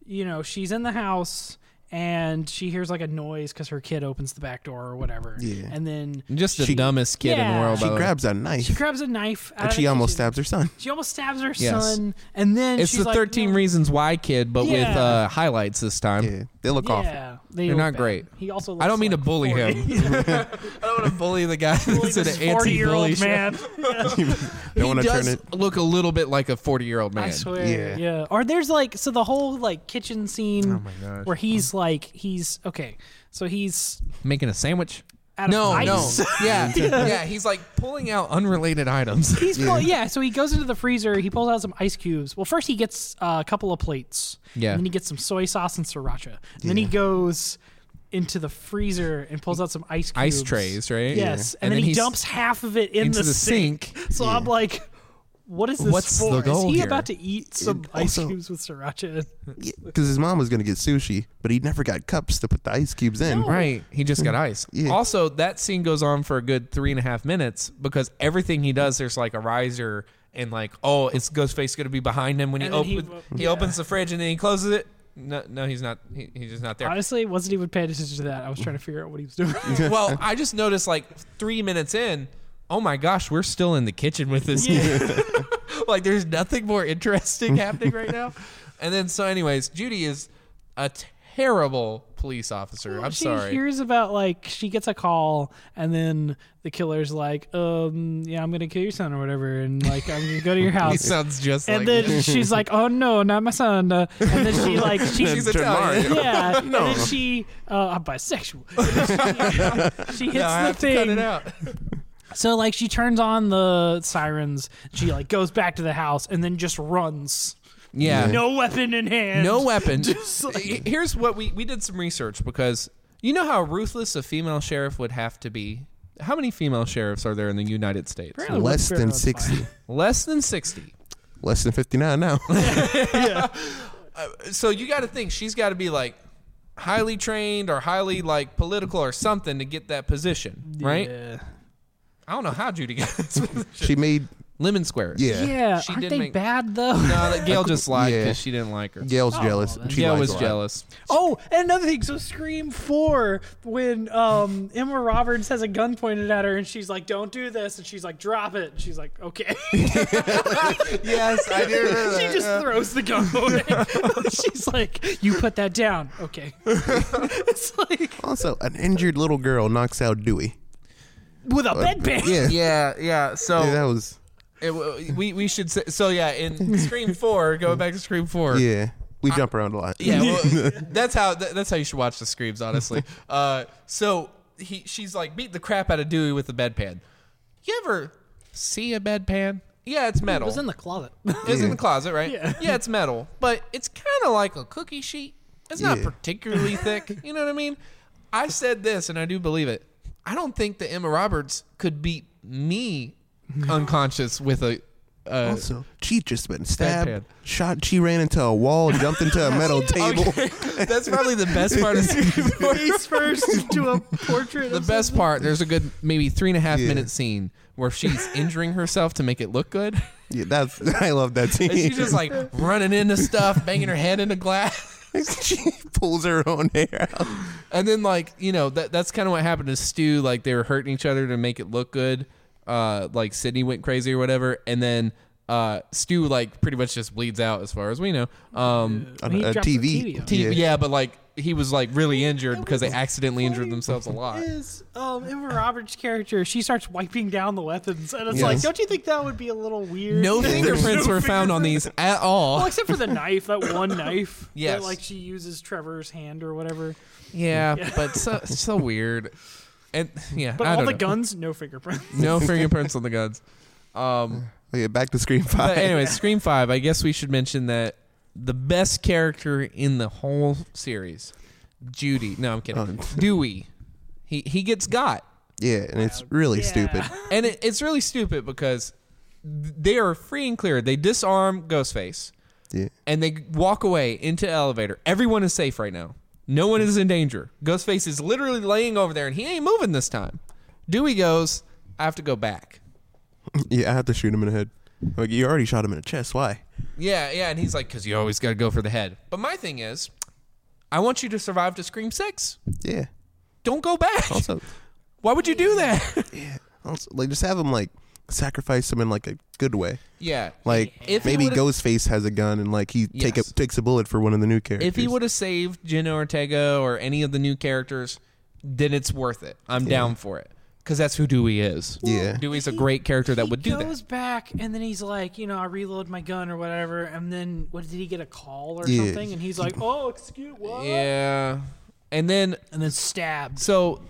you know she's in the house and she hears like a noise because her kid opens the back door or whatever,
Yeah.
and then
Just the
She-
dumbest kid in the
Yeah.
world.
She
by the way.
grabs a knife
she grabs a knife out
and
of
she
the
almost
kitchen.
stabs her son.
She almost stabs her
Yes.
son, and then
It's
she's
the
like,
13
no-
Reasons Why kid, but with
Yeah.
uh, highlights this time.
Yeah. They look awful.
Yeah, they
They're
look
not
bad.
great.
He also. Looks
I don't mean
like
to bully
40.
him. I don't want to bully the guy
Bully
that's an
this forty-year-old
anti-bully. show.
man.
They
He
want to turn
does
it.
look a little bit like a 40-year-old man.
I swear.
Yeah.
Yeah. Or there's like so the whole like kitchen scene
gosh.
where he's like he's okay. So he's
Making a sandwich.
out
No,
of
no,
ice.
yeah, yeah. He's like pulling out unrelated items.
He's pull- yeah. So he goes into the freezer. He pulls out some ice cubes. Well, first he gets uh, a couple of plates.
Yeah.
And then he gets some soy sauce and sriracha. And Then he goes into the freezer and pulls out some ice cubes.
Ice trays, right?
Yes. And, then, he
he's-
dumps half of it in
into
the,
the
sink. So I'm like, what is this
What's
for?
the goal
is he
here?
about to eat some
And
ice
also-
cubes with sriracha?
because his mom was gonna get sushi, but he never got cups to put the ice cubes in.
Right. He just got ice.
Yeah.
Also, that scene goes on for a good three and a half minutes because everything he does, there's like a riser and like, oh, it's Ghostface going to be behind him when he
And then he
opens. He,
wo- yeah.
opens the fridge and then he closes it. No, no, he's not. He, he's just not there.
Honestly, wasn't even paying attention to that. I was trying to figure out what he was doing.
well, I just noticed like three minutes in. Oh my gosh, we're still in the kitchen with this. like, there's nothing more interesting happening right now. And then, so, anyways, Judy is a terrible police officer. I'm
she
sorry.
hears about like she gets a call and then the killer's like, um, yeah, I'm gonna kill your son or whatever, and like I'm gonna go to your
he
house.
sounds just
and
like
then
me.
she's like, oh no, not my son. Uh, and then she like she,
She's
Turn
Italian.
Mario.
yeah, and then she uh, I'm bisexual. And then she, she hits
No, I
the
have to
thing.
cut it out.
So like she turns on the sirens. She like goes back to the house and then just runs,
Yeah.
no weapon in hand.
No weapon.
like-
H- Here's what we we did some research because you know how ruthless a female sheriff would have to be. How many female sheriffs are there in the United States?
Apparently
Less
Westboro
than
is fine.
sixty,
Less than 60.
less than fifty nine now.
So you got to think she's got to be like highly trained or highly like political or something to get that position, right?
Yeah.
I don't know how Judy got this position.
she made
Lemon squares.
yeah.
Yeah,
She
aren't
did
they
make-
bad though?
No, that Gail just lied because
Yeah.
she didn't like her.
Gail's
Oh,
jealous.
then-
She
Gail
lies
was
a lot.
jealous.
Oh, and another thing. So Scream Four, when um, Emma Roberts has a gun pointed at her, and she's like, "Don't do this," and she's like, "Drop it," and she's like, "Okay." she
Yes, I do.
just throws the gun away. she's like, "You put that down." Okay. it's like
Also, an injured little girl knocks out Dewey.
with a bedpan.
Yeah,
Yeah, yeah. So
Yeah, that was
It, w- we we should say, so yeah in Scream Four going back to Scream Four
yeah. We jump around a lot.
yeah well, that's how that, that's how you should watch the screams honestly uh so he she's like beat the crap out of Dewey with the bedpan you ever see a bedpan yeah it's metal
It was in the closet.
It's in the closet right
Yeah.
it's metal but it's kind of like a cookie sheet it's not
Yeah.
particularly thick you know what I mean I said this and I do believe it I don't think that Emma Roberts could beat me unconscious with a uh,
Also, she just been stabbed,
Bedpan.
shot. She ran into a wall, jumped into a metal table.
Okay. That's probably the best part of Scream 4.
Face first to a portrait.
The
of
best
someone.
part, there's a good maybe three and a half
Yeah.
minute scene where she's injuring herself to make it look good.
Yeah, that's I love that scene.
And she's just like running into stuff, banging her head into glass.
she pulls her own hair out.
And then like, you know, that that's kind of what happened to Stu. Like they were hurting each other to make it look good. Uh like Sydney went crazy or whatever. And then uh Stu like pretty much just bleeds out as far as we know. Um
On
He
a
dropped the
TV.
TV on.
T- yeah.
Yeah.
but like he was like really injured because they accidentally injured themselves a lot.
is um, Emma Roberts' character. She starts wiping down the weapons, and it's like,
Yes.
don't you think that would be a little weird?
No
There's
fingerprints
no
were found on
fingerprints.
these at all.
Well, except for the knife, that one knife. that,
Yes.
like she uses Trevor's hand or whatever.
Yeah, but so so weird. And yeah,
But
I
all
don't
the
know.
guns, no fingerprints.
no fingerprints on the guns. Um,
Okay, Oh, back to Scream Five.
but anyway, Scream Five. I guess we should mention that the best character in the whole series, Judy. No, I'm kidding.
Oh.
Dewey. He he gets got,
yeah, and it's really
Yeah.
stupid.
and it, it's really stupid because th- they are free and clear. They disarm Ghostface.
Yeah,
and they walk away into the elevator. Everyone is safe right now. No one is in danger. Ghostface is literally laying over there and he ain't moving this time. Dewey goes, I have to go back.
yeah. I have to shoot him in the head. Like you already shot him in the chest. Why?
Yeah, yeah. And he's like, because you always got to go for the head. But my thing is, I want you to survive to Scream 6.
Yeah.
Don't go back.
Also,
Why would you do that?
yeah. Also, like just have him like sacrifice him in like a good way.
yeah.
Like
If he
maybe
would've-
Ghostface has a gun and like he take a,
Yes.
takes a bullet for one of the new characters.
If he would have saved Jenna Ortega or any of the new characters, then it's worth it. I'm down for it. Because that's who Dewey is.
Yeah.
Dewey's a great character that would do
He
that.
goes back, and then he's like, you know, I reload my gun or whatever, and then what did he get a call or
Yeah.
something? And he's like, oh, excuse what?
Yeah. And then
And then stabbs.
so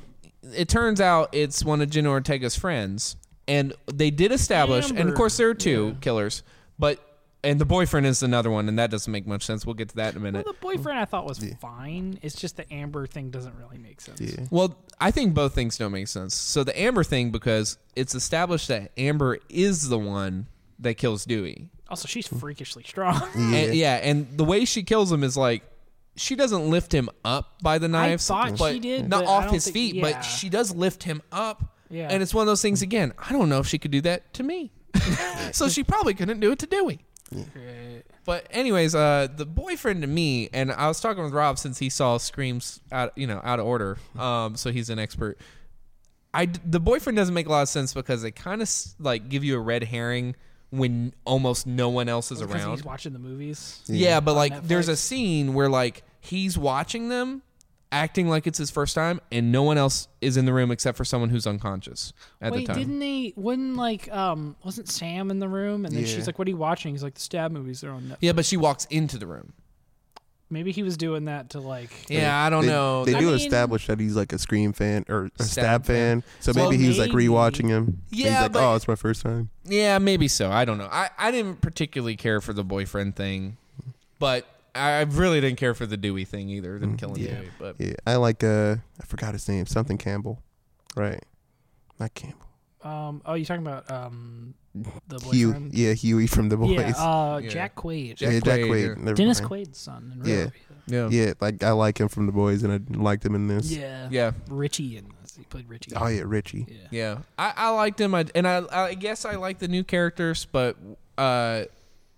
it turns out it's one of Jenna Ortega's friends, and they did establish, and
Amber.
of course there are two killers, but and the boyfriend is another one, and that doesn't make much sense. We'll get to that in a minute.
Well, the boyfriend I thought was fine. It's just the Amber thing doesn't really make sense.
Yeah.
Well, I think both things don't make sense. So the Amber thing, because it's established that Amber is the one that kills Dewey.
Also, she's freakishly strong.
Mm-hmm. Yeah, and, yeah, and the way she kills him is like she doesn't lift him up by the knives.
thought
but
she did,
not
but I
off
don't
his
think-
feet,
yeah.
but she does lift him up.
Yeah.
and it's one of those things again. I don't know if she could do that to me, so she probably couldn't do it to Dewey.
Right.
But anyways, uh, the boyfriend to me, and I was talking with Rob since he saw screams out, you know, out of order. Um, so he's an expert. I d- the boyfriend doesn't make a lot of sense because they kind of s- like give you a red herring when almost no one else is
Because
around.
Oh, he's watching the movies.
Yeah, but like there's a
Netflix.
scene where like he's watching them acting like it's his first time and no one else is in the room except for someone who's unconscious at
Wait,
the time.
didn't they? Wasn't like um, wasn't Sam in the room? And then
Yeah.
she's like, "What are you watching?" He's like, "The stab movies. They're on Netflix."
yeah, but she walks into the room.
Maybe he was doing that to like.
Yeah, I don't
they,
know.
They
I
do
mean-
establish that he's like a Scream fan or a Stab,
Stab
fan. So
So
maybe he was like
maybe-
rewatching him. And
Yeah,
he's like,
but-
oh, it's my first time.
Yeah, maybe so. I don't know. I, I didn't particularly care for the boyfriend thing, but I really didn't care for the Dewey thing either, them killing
yeah.
Dewey. But
Yeah, I like uh, I forgot his name, something Campbell, right? Not Campbell.
Um. Oh, you talking about um, the
Hugh,
boyfriend?
yeah, Huey from the boys.
yeah. Uh,
Yeah.
Jack Quaid.
Jack
yeah, Jack
Quaid,
Quaid.
yeah.
never
Dennis
mind.
Quaid's son. uh, In
Yeah.
real
yeah.
Yeah, like I like him from the boys, and I liked him in this.
Yeah.
Yeah.
Richie in this. He played Richie.
Oh yeah, Richie.
Yeah.
Yeah, I, I liked him, I, and I, I guess I like the new characters, but uh,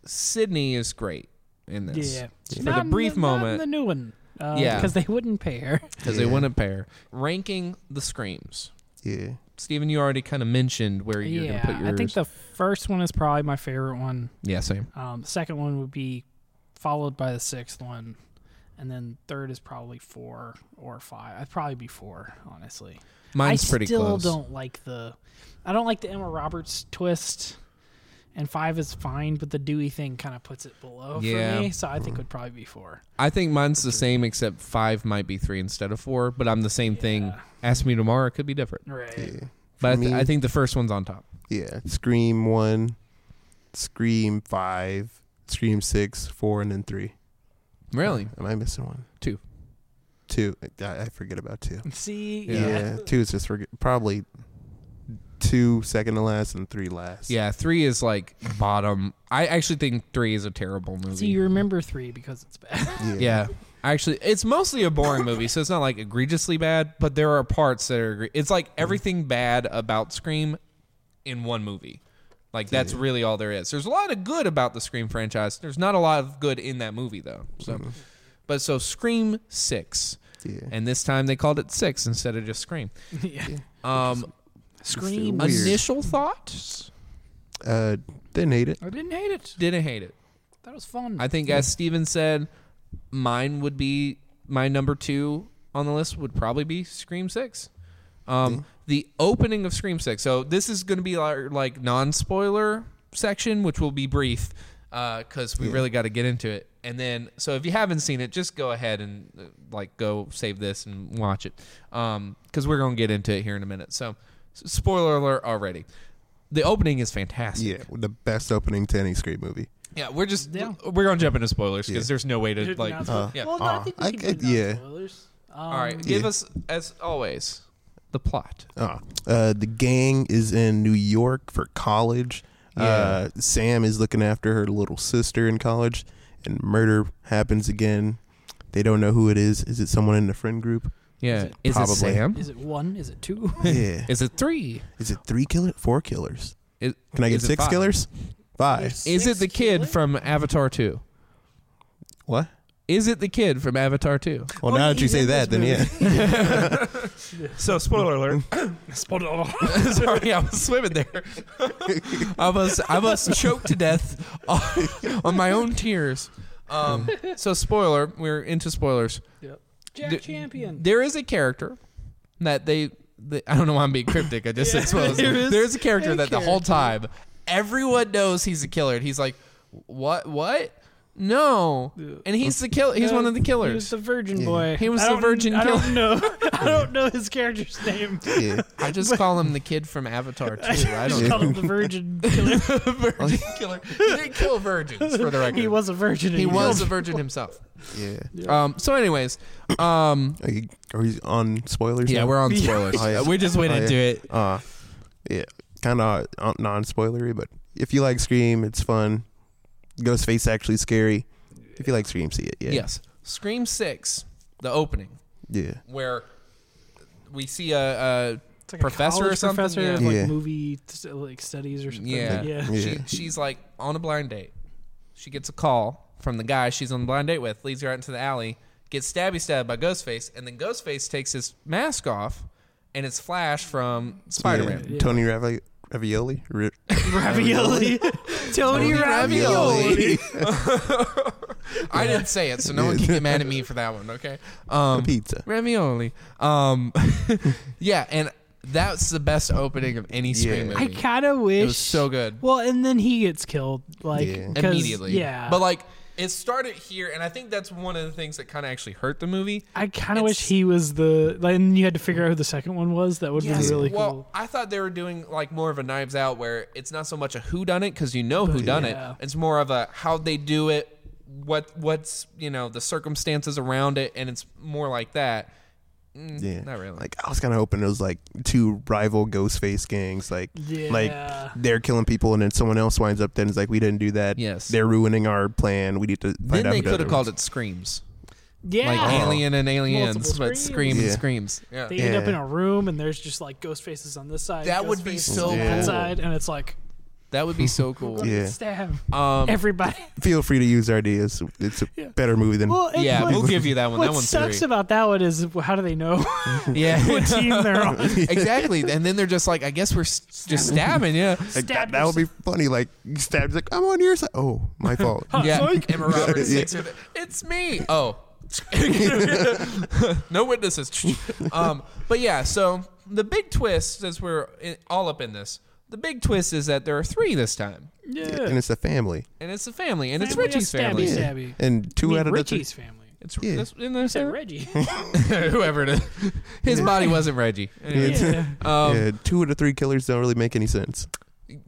Sydney is great in this.
Yeah.
For
Not
the
in
brief
not in
moment.
the new one. Uh,
Yeah.
Because they wouldn't pay her.
because they
Yeah.
wouldn't pair. Ranking the screams.
Yeah,
Stephen, you already kind of mentioned where you're
yeah.
going to put yours.
I think the first one is probably my favorite one.
yeah, same.
Um, second one would be followed by the sixth one, and then third is probably four or five. I'd probably be four, honestly.
Mine's
I
pretty
still
close.
don't like the, I don't like the Emma Roberts twist, and five is fine, but the Dewey thing kind of puts it below
Yeah.
for me. So I think would probably be four.
I think mine's the same, except five might be three instead of four. But I'm the same thing. Ask me tomorrow; it could be different.
Right.
yeah,
But I, th-
me-
I think the first one's on top.
yeah. Scream one, Scream five, Scream six, four, and then three.
Really?
Am I missing one?
Two.
Two. I, I forget about two.
See.
Yeah.
Yeah. two is just forget, probably two second to last and three last.
Yeah, three is like bottom. I actually think three is a terrible movie.
So you remember three because it's bad.
yeah,
Yeah. Actually, it's mostly a boring movie, so it's not like egregiously bad, but there are parts that are. egre- It's
Mm-hmm.
like everything bad about Scream in one movie. Like, that's really all there is. There's a lot of good about the Scream franchise. There's not a lot of good in that movie, though. So, But so Scream 6.
Mm-hmm. Yeah.
And this time they called it 6 instead of just Scream.
yeah.
Um,
Scream.
Weird.
initial thoughts?
Uh, didn't hate it.
I didn't hate it.
Didn't hate it.
That was fun.
I think, as Steven said, mine would be my number two on the list would probably be Scream Six. Um, The opening of Scream Six. So this is going to be our like non-spoiler section, which will be brief because we really got to get into it. And then, so if you haven't seen it, just go ahead and uh, like go save this and watch it because we're going to get into it here in a minute. So, s- spoiler alert already. The opening is fantastic.
Yeah, the best opening to any scream movie.
Yeah, we're just
Yeah.
we're gonna jump into spoilers because
Yeah.
there's no way to
Did
like.
not-
uh,
yeah.
Well, no, I
uh,
think we
I
can
could-
do no
yeah.
spoilers. Um,
All right, give
yeah.
us as always the plot.
Oh. Uh, the gang is in New York for college. Uh, Sam is looking after her little sister in college, and murder happens again. They don't know who it is. Is it someone in the friend group?
Yeah, is it,
Probably.
Sam?
Is it one? Is it two?
yeah.
Is it three?
Is it three killers? Four killers?
Is,
Can I get
is it
six
five?
killers? Five.
There's
Is it
six
the kid
killers?
from Avatar Two?
What?
Is it the kid from Avatar Two?
Well,
Well,
now that you
he's
say
in
that, then yeah.
this
So spoiler alert.
Spoiler.
Sorry, I was swimming there. I was I was choked to death on, on my own tears. Um, so spoiler, we're into spoilers.
Jack
Th-
Champion.
There is a character that they. they I don't know why I'm being cryptic. I just
Yeah,
exposed.
there
them.
is
there is a character
a
that the whole time everyone knows he's a killer. And he's like, what? What? No, and he's the kill. He's
No,
one of the
He was
killers.
the virgin
Yeah.
boy.
He was
I
the
don't-
virgin
I
killer.
don't know. I don't know his character's name.
Yeah.
I just call him the kid from Avatar too. I
Just
don't
call him the virgin killer.
know. virgin killer. He didn't kill virgins for the record.
he was a virgin. and
He was a
killed-
virgin himself.
Yeah.
Um. So, anyways, um.
Are, you, are we on spoilers?
Yeah,
now?
we're on spoilers.
Oh, yeah.
We just went
Oh, yeah.
into it.
uh yeah kind of non spoilery but if you like scream it's fun ghostface actually scary if you like scream see it yeah
Yes, Scream Six, the opening
yeah
where we see a, a
It's like a
professor or
college
something.
Professor
yeah.
of like
Yeah.
movie t- like studies or something.
Yeah.
yeah.
Yeah.
She, she's like on a blind date. She gets a call from the guy she's on the blind date with, leads her out into the alley, gets stabby stabbed by Ghostface, and then Ghostface takes his mask off, and it's Flash from Spider Man.
Yeah. tony Ravi- ravioli Ri-
Ravioli. Tony Ravioli.
I didn't say it, so no one can get mad at me for that one. Okay, um,
pizza
ravioli. Um, yeah, and that's the best opening of any scream
Yeah.
movie.
I kind of wish.
it was so good.
Well, and then he gets killed like
Yeah.
'cause-
immediately.
Yeah,
But like it started here and I think that's one of the things that kind of actually hurt the movie.
I kind of wish
it's-
he was the. Like, and you had to figure out who the second one was. That would have been really
well,
cool.
I thought they were doing like more of a knives out where it's not so much a who done it cuz you know who done
Yeah.
it. It's more of a how they do it, what what's, you know, the circumstances around it and it's more like that. Mm,
yeah
Not really.
like i was kind of hoping it was like two rival ghostface gangs like
Yeah.
like they're killing people and then someone else winds up then it's like we didn't do that
Yes.
they're ruining our plan we need to find
then
out
they
who the
could have
other
called
ones-
it screams.
yeah.
Like alien and aliens,
Multiple
but scream
screams.
and
Yeah.
screams. Yeah.
they end up
Yeah.
in a room and there's just like ghost faces on this side.
That
ghost
would be
faces
so cool.
on that side, and it's like
That would be so
we're
cool.
gonna
Yeah.
stab
Um
everybody.
feel free to use our ideas it's a
Yeah.
better movie than
Well, and
yeah,
what,
we'll give you that one.
what
that one's
sucks
three.
about that one is how do they know
yeah.
what team they're on?
exactly. And then they're just like, I guess we're s- just stabbing, yeah.
Like, that,
Stab
that would be funny. Like stabs, like I'm on your side. Oh, my fault.
Yeah.
Zoink.
Emma Roberts takes it. It's me. Oh. no witnesses. um, but yeah, so the big twist, since we're in, all up in this, the big twist is that there are three this time.
yeah.
and it's a family.
And it's a family. And
Family
it's Richie's
of stabbies.
family.
Yeah.
Yeah.
Stabby.
And two
I
out
mean,
of
Richie's family.
It's
Yeah.
that's- isn't there
Said
some-
Reggie.
whoever it is. His body wasn't Reggie. Anyway,
yeah.
the
um,
yeah, two of the three killers don't really make any sense.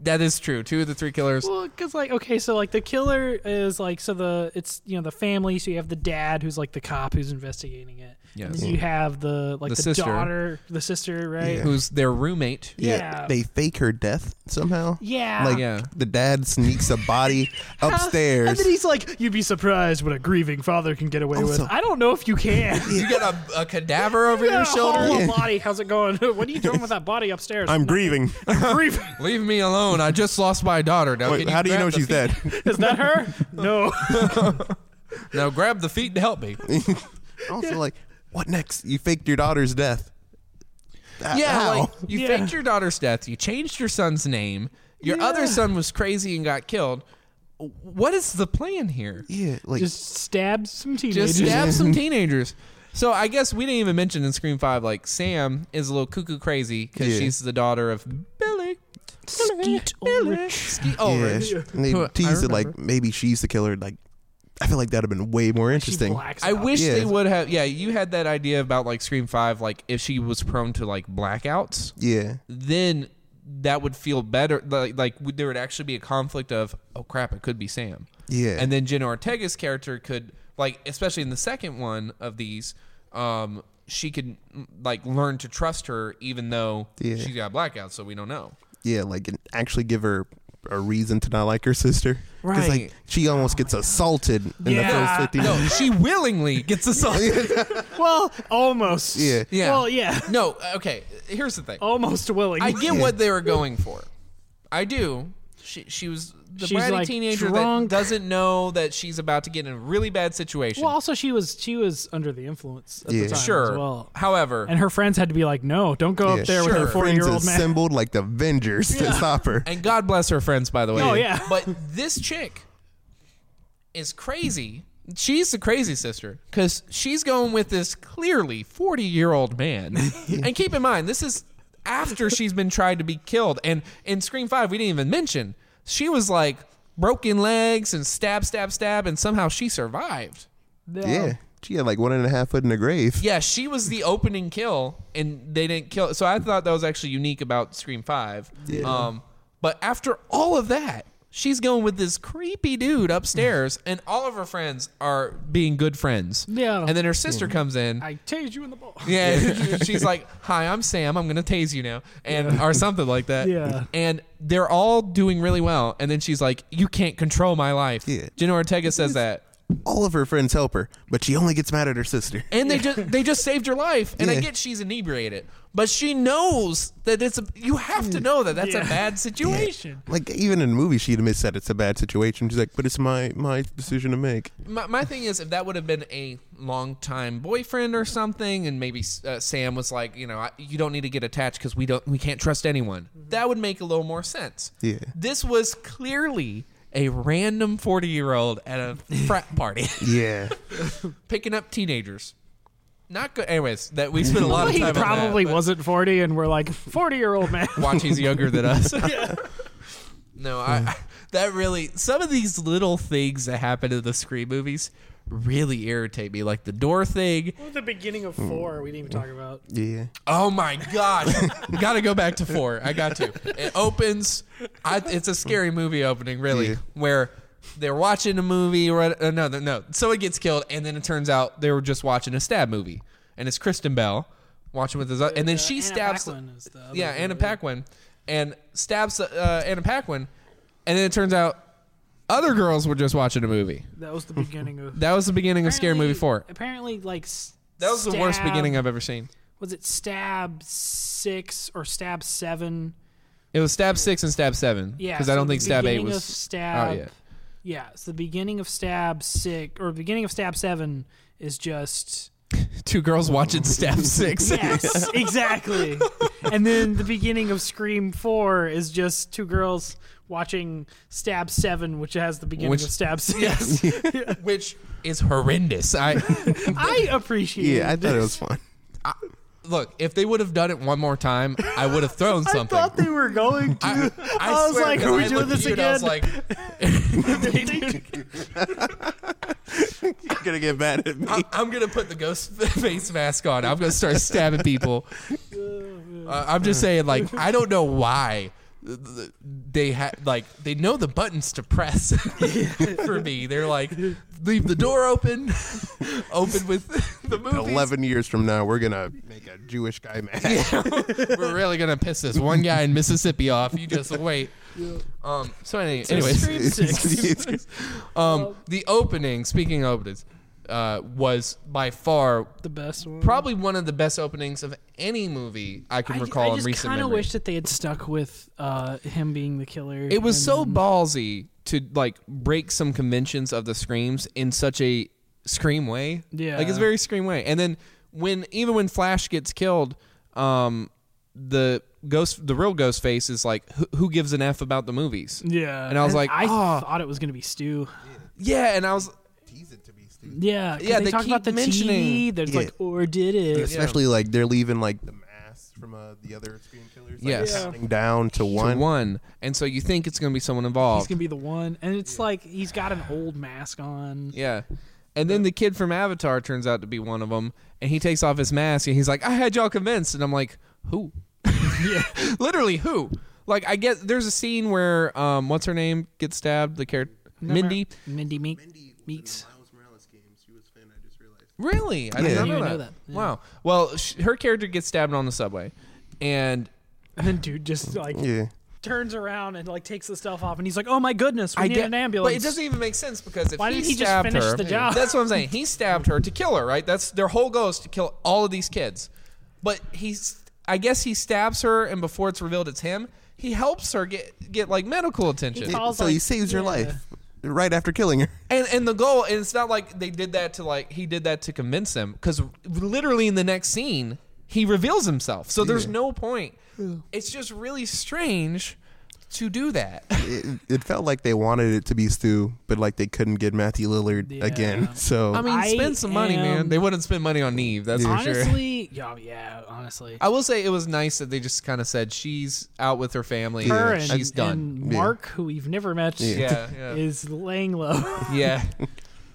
That is true. Two of the three killers.
Well, because like okay, so like the killer is like so the it's you know the family. So you have the dad who's like the cop who's investigating it. And
Yes.
then you have the like
The
the,
sister.
daughter, the sister, right?
Yeah.
Who's their roommate?
Yeah.
they fake her death somehow.
Yeah.
Like
Yeah.
the dad sneaks a body upstairs.
And then he's like, "You'd be surprised what a grieving father can get away
Also-
with." I don't know if you can.
You got a, a cadaver over
Yeah,
your shoulder.
whole body. How's it going? What are you doing with that body upstairs?
I'm grieving.
grieving.
Leave me alone. I just lost my daughter. Now,
Wait,
can
how do you
grab
know
the
she's
feet?
dead?
Is that her? No.
Now grab the feet to help me.
also, like, what next? You faked your daughter's death. Uh,
Yeah,
how?
like, you
Yeah.
faked your daughter's death. You changed your son's name. Your other son was crazy and got killed. What is the plan here?
yeah, like
Just stab some teenagers.
Just stab some teenagers. So I guess we didn't even mention in Scream Five, like Sam is a little cuckoo crazy because
Yeah.
she's the daughter of Billy.
Skeet Ulrich.
Skeet
yeah.
Ulrich.
And they
Who- I
teased it like
remember.
maybe she's the killer. Like, I feel like that'd have been way more
She
interesting.
blacks
I
out.
wish
Yeah.
they would have. Yeah, you had that idea about like Scream Five, like if she was prone to like blackouts.
Yeah.
then that would feel better. Like, like would- there would actually be a conflict of, oh crap, it could be Sam.
Yeah.
And then Jenna Ortega's character could, like, especially in the second one of these, um, she could mm, like learn to trust her, even though
Yeah.
she's got blackouts, so we don't know.
Yeah, like and actually give her a reason to not like her sister.
Right.
Because like she almost gets assaulted in
Yeah.
the first fifty
No,
minutes.
she willingly gets assaulted.
Well, almost.
Yeah.
Yeah.
Well, yeah. Oh.
no, okay. Here's the thing.
Almost willing.
I get what they were going for. I do. She, she was the
She's,
bratty
like,
teenager
drunk.
that doesn't know that she's about to get in a really bad situation.
Well, also she was she was under the influence at
Yeah.
the time
sure.
as well,
However,
and her friends had to be like, "No, don't go
Yeah,
up there
sure.
with her forty year old
Friends
man."
assembled like the Avengers to stop her.
And God bless her friends, by the way.
Oh, yeah.
But this chick is crazy. She's the crazy sister because she's going with this clearly 40 year old man. and keep in mind, this is after she's been tried to be killed. And in Scream 5, we didn't even mention, she was like, broken legs and stab, stab, stab, and somehow she survived.
No.
Yeah. She had like one and a half foot in the grave.
Yeah, she was the opening kill, and they didn't kill. So I thought that was actually unique about Scream Five. Um, but after all of that, she's going with this creepy dude upstairs, and all of her friends are being good friends.
Yeah.
and then her sister comes in.
I tased you in the ball.
yeah, she's like, "Hi, I'm Sam. I'm gonna tase you now," and or something like that.
Yeah.
and they're all doing really well, and then she's like, "You can't control my life."
Yeah.
Jenna Ortega says that.
All of her friends help her, but she only gets mad at her sister.
and they just they just saved your life. And I
Yeah.
get she's inebriated, but she knows that it's a you have to know that that's a
Yeah.
bad situation.
Like even in the movie, she'd admits that it's a bad situation. She's like, "But it's my my decision to make."
My, my thing is, if that would have been a long time boyfriend or something, and maybe uh, Sam was like, you know, I, you don't need to get attached because we don't we can't trust anyone. That would make a little more sense.
Yeah.
this was clearly. A random forty-year-old at a frat party
Yeah,
picking up teenagers. Not good. Anyways, that we spent a lot of
he
time. on that,
probably
but-
wasn't 40, and we're like, 40 year old man.
watch he's younger than us. No, I that really some of these little things that happen in the Scream movies really irritate me. Like the door thing.
the beginning of four, we didn't even talk about.
yeah.
Oh my gosh. gotta go back to four. I got to. It opens I, it's a scary movie opening, really,
Yeah.
where they're watching a movie or uh, no, no, no. Someone gets killed and then it turns out they were just watching a stab movie. And it's Kristen Bell watching with his and then she stabs yeah, Anna Paquin, and stabs uh, Anna Paquin, and then it turns out other girls were just watching a movie.
That was the beginning of.
That was the beginning of Scary Movie
Apparently-
Four.
Apparently, like s-
That was the worst
Stab-
beginning I've ever seen.
was it stab six or stab seven?
It was Stab Six and Stab Seven.
Yeah,
because I
so
don't
the
think Stab Eight
beginning of
was.
stab.
oh, yeah.
yeah, so the beginning of stab six or beginning of stab seven is just
Two girls watching Stab Six.
yes, exactly. And then the beginning of Scream four is just two girls watching stab seven, which has the beginning
Which-
of stab six.
Yes. Which is horrendous. I
I appreciate.
Yeah, I thought it was fun.
look if they would have done it one more time, I would have thrown
I
something.
thought they were going to.
I,
I was
swear,
like,
because
are we
I
doing
looked at
this
you and I was
again?
like,
You're gonna get mad at me.
I, I'm gonna put the ghost face mask on. I'm gonna start stabbing people. Uh, I'm just saying, like, I don't know why th- th- they had like they know the buttons to press for me. They're like, leave the door open, open with the movies.
Eleven years from now, we're gonna make a Jewish guy mad.
We're really gonna piss this one guy in Mississippi off. You just wait. Um. So any, anyways,
Scream six.
um, the opening. Speaking of openings, uh, was by far
the best one.
probably one of the best openings of any movie I can
I,
recall
I
in
just
recent
kind of
memory.
wish that they had stuck with uh, him being the killer.
it was
and
so
then-
ballsy to like break some conventions of the screams in such a scream way.
Yeah.
like it's very scream way. And then when even when Flash gets killed, um, the ghost, the real ghost face is like, who, who gives an f about the movies?
Yeah,
And I was like,
I
"Ah."
thought it was gonna be Stu.
Yeah, and I was
Tease it to me, Steve.
Yeah, 'cause
Yeah,
They,
they
talk
keep
about the
mentioning-
TV. There's
Yeah.
like, or did it?
Especially like they're leaving like the mask from uh, the other screen killers. Like,
Yes. Yeah.
counting down to one.
one. one, and so you think it's going to be someone
He's
involved.
gonna be the one, and it's like he's got an old mask on.
Yeah. And then the kid from Avatar turns out to be one of them, and he takes off his mask and he's like, "I had y'all convinced," and I'm like, "Who? Literally who? Like, I get there's a scene where um, what's her name gets stabbed, the character Mindy.
Mindy Meek, Meeks.
Really? I
Yeah.
didn't
Didn't
even
know
know
that.
that. Yeah.
Wow. Well, sh- her character gets stabbed on the subway, and
And then dude just like
Yeah.
turns around and like takes the stuff off, and he's like, "Oh my goodness, we
I
need
get
an ambulance."
But it doesn't even make sense because if
Why
he
didn't he just
stabbed
finish
her,
the job?
that's what I'm saying. He stabbed her to kill her, right? That's their whole goal is to kill all of these kids. But he's, I guess he stabs her, and before it's revealed it's him, he helps her get get like medical attention.
He calls,
so he
like-
saves your
yeah.
life right after killing her.
And and the goal, and it's not like they did that to like he did that to convince them because literally in the next scene he reveals himself. So there's no point. It's just really strange to do that.
It, it felt like they wanted it to be Stu, but like they couldn't get Matthew Lillard
Yeah.
again. So
I mean,
I
spend some money, man.
am-
They wouldn't spend money on Neve, that's for sure.
honestly, yeah, yeah, honestly.
I will say it was nice that they just kind of said she's out with her family.
Her
she's
and,
done.
and
Yeah.
Mark, who we've never met,
Yeah, yeah.
is laying low.
yeah.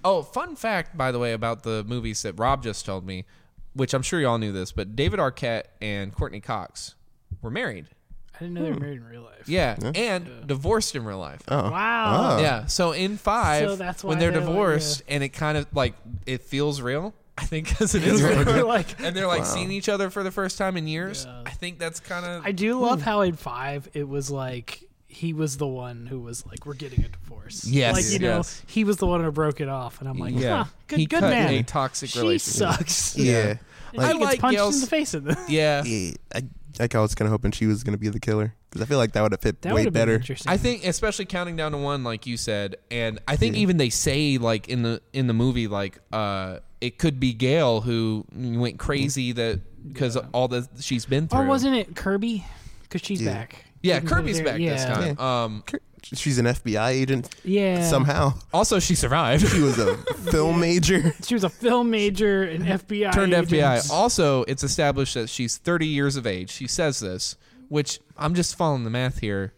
Oh, fun fact, by the way, about the movies that Rob just told me, which I'm sure y'all knew this, but David Arquette and Courtney Cox were married.
I didn't know they were married in real life.
Yeah, and divorced in real life.
oh.
Wow.
Oh.
Yeah. So in five,
So that's
when
why
they're
they're like,
divorced and it kind of like it feels real, I think because it is
They
real.
were like,
and they're like seeing each other for the first time in years.
Yeah.
I think that's kind of
I do love how in five it was like he was the one who was like, "We're getting a divorce."
Yes,
like you know,
yes.
he was the one who broke it off, and I'm like,
yeah.
"Yeah, good,
he
good
cut
man."
a toxic
she
relationship.
sucks.
Yeah.
Yeah. Like- I
And she gets
like
punched
Gail's-
in the face in this.
Yeah.
Yeah, I, like I was kind of hoping she was going to be the killer because I feel like that would have fit
That would
way
have been
better.
interesting.
I think especially counting down to one, like you said, and I think even they say like in the in the movie, like uh it could be Gail who
Mm-hmm.
went crazy that because all that she's been through.
or wasn't it Kirby? Because she's
Yeah.
back.
yeah,
Even
Kirby's
though
back
they're-
this
yeah.
time. Um,
She's an FBI agent
Yeah.
somehow.
also, she survived.
She was a film major.
She was a film major and FBI.
turned FBI.
agent.
Also, it's established that she's 30 years of age. She says this, which I'm just following the math here.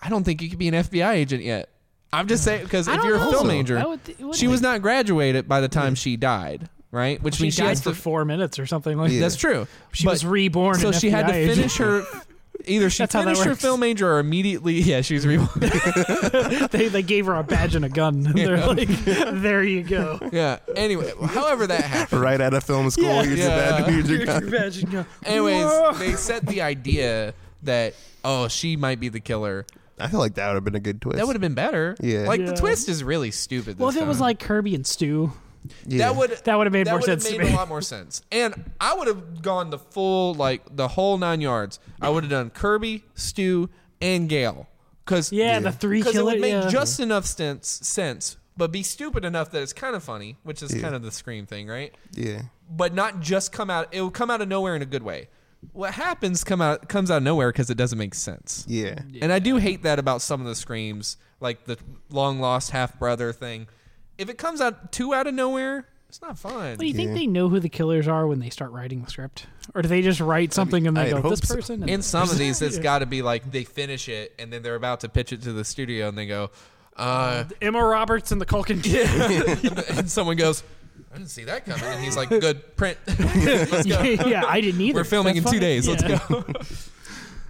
I don't think you could be an FBI agent yet. I'm just saying because
I
if
don't
you're a
know.
film
I
major,
would th- it would
she
be-
was not graduated by the time she died, right? Which
She
means she
died
has
for
to.
four minutes or something like
Yeah.
that.
That's true.
She
But-
was reborn.
So
an
she had to
FBI agent.
finish her. Either she
That's how that
finished her
works.
film major or immediately, yeah, she's reborn.
they, they gave her a badge and a gun. They're like, there you go.
yeah. Anyway, however that happened.
Right out of film school,
Yeah.
here's your
Yeah.
bad here's your gun.
badge and gun.
Anyways, they set the idea that oh, she might be the killer.
I feel like that would have been a good twist.
That would have been better.
Yeah.
Like the
Yeah.
twist is really stupid.
Well, if
this
it was
time.
like Kirby and Stu,
yeah.
that would
that would have made
that
more
would have
sense
made
to me.
a lot more sense. And I would have gone the full like the whole nine yards. I would have done Kirby, Stu, and Gale because
Yeah, the three
because it
killer.
would make
yeah.
just enough sense sense, but be stupid enough that it's kind of funny, which is kind of the scream thing, right?
yeah.
But not just come out. It will come out of nowhere in a good way. What happens come out comes out of nowhere because it doesn't make sense.
Yeah.
And I do hate that about some of the screams, like the long lost half brother thing. If it comes out too out of nowhere, it's not fun.
But do you think
Yeah.
they know who the killers are when they start writing the script, or do they just write something and
I'd
they go,
hope
"This
so.
person"?
In
And
some of these, it's got to be like they finish it and then they're about to pitch it to the studio and they go, uh,
Emma Roberts and the Culkin kid.
and someone goes, I didn't see that coming. And he's like, good, print. Let's go.
yeah, I didn't either.
We're filming in
That's
two
fine.
days.
Yeah.
Let's go.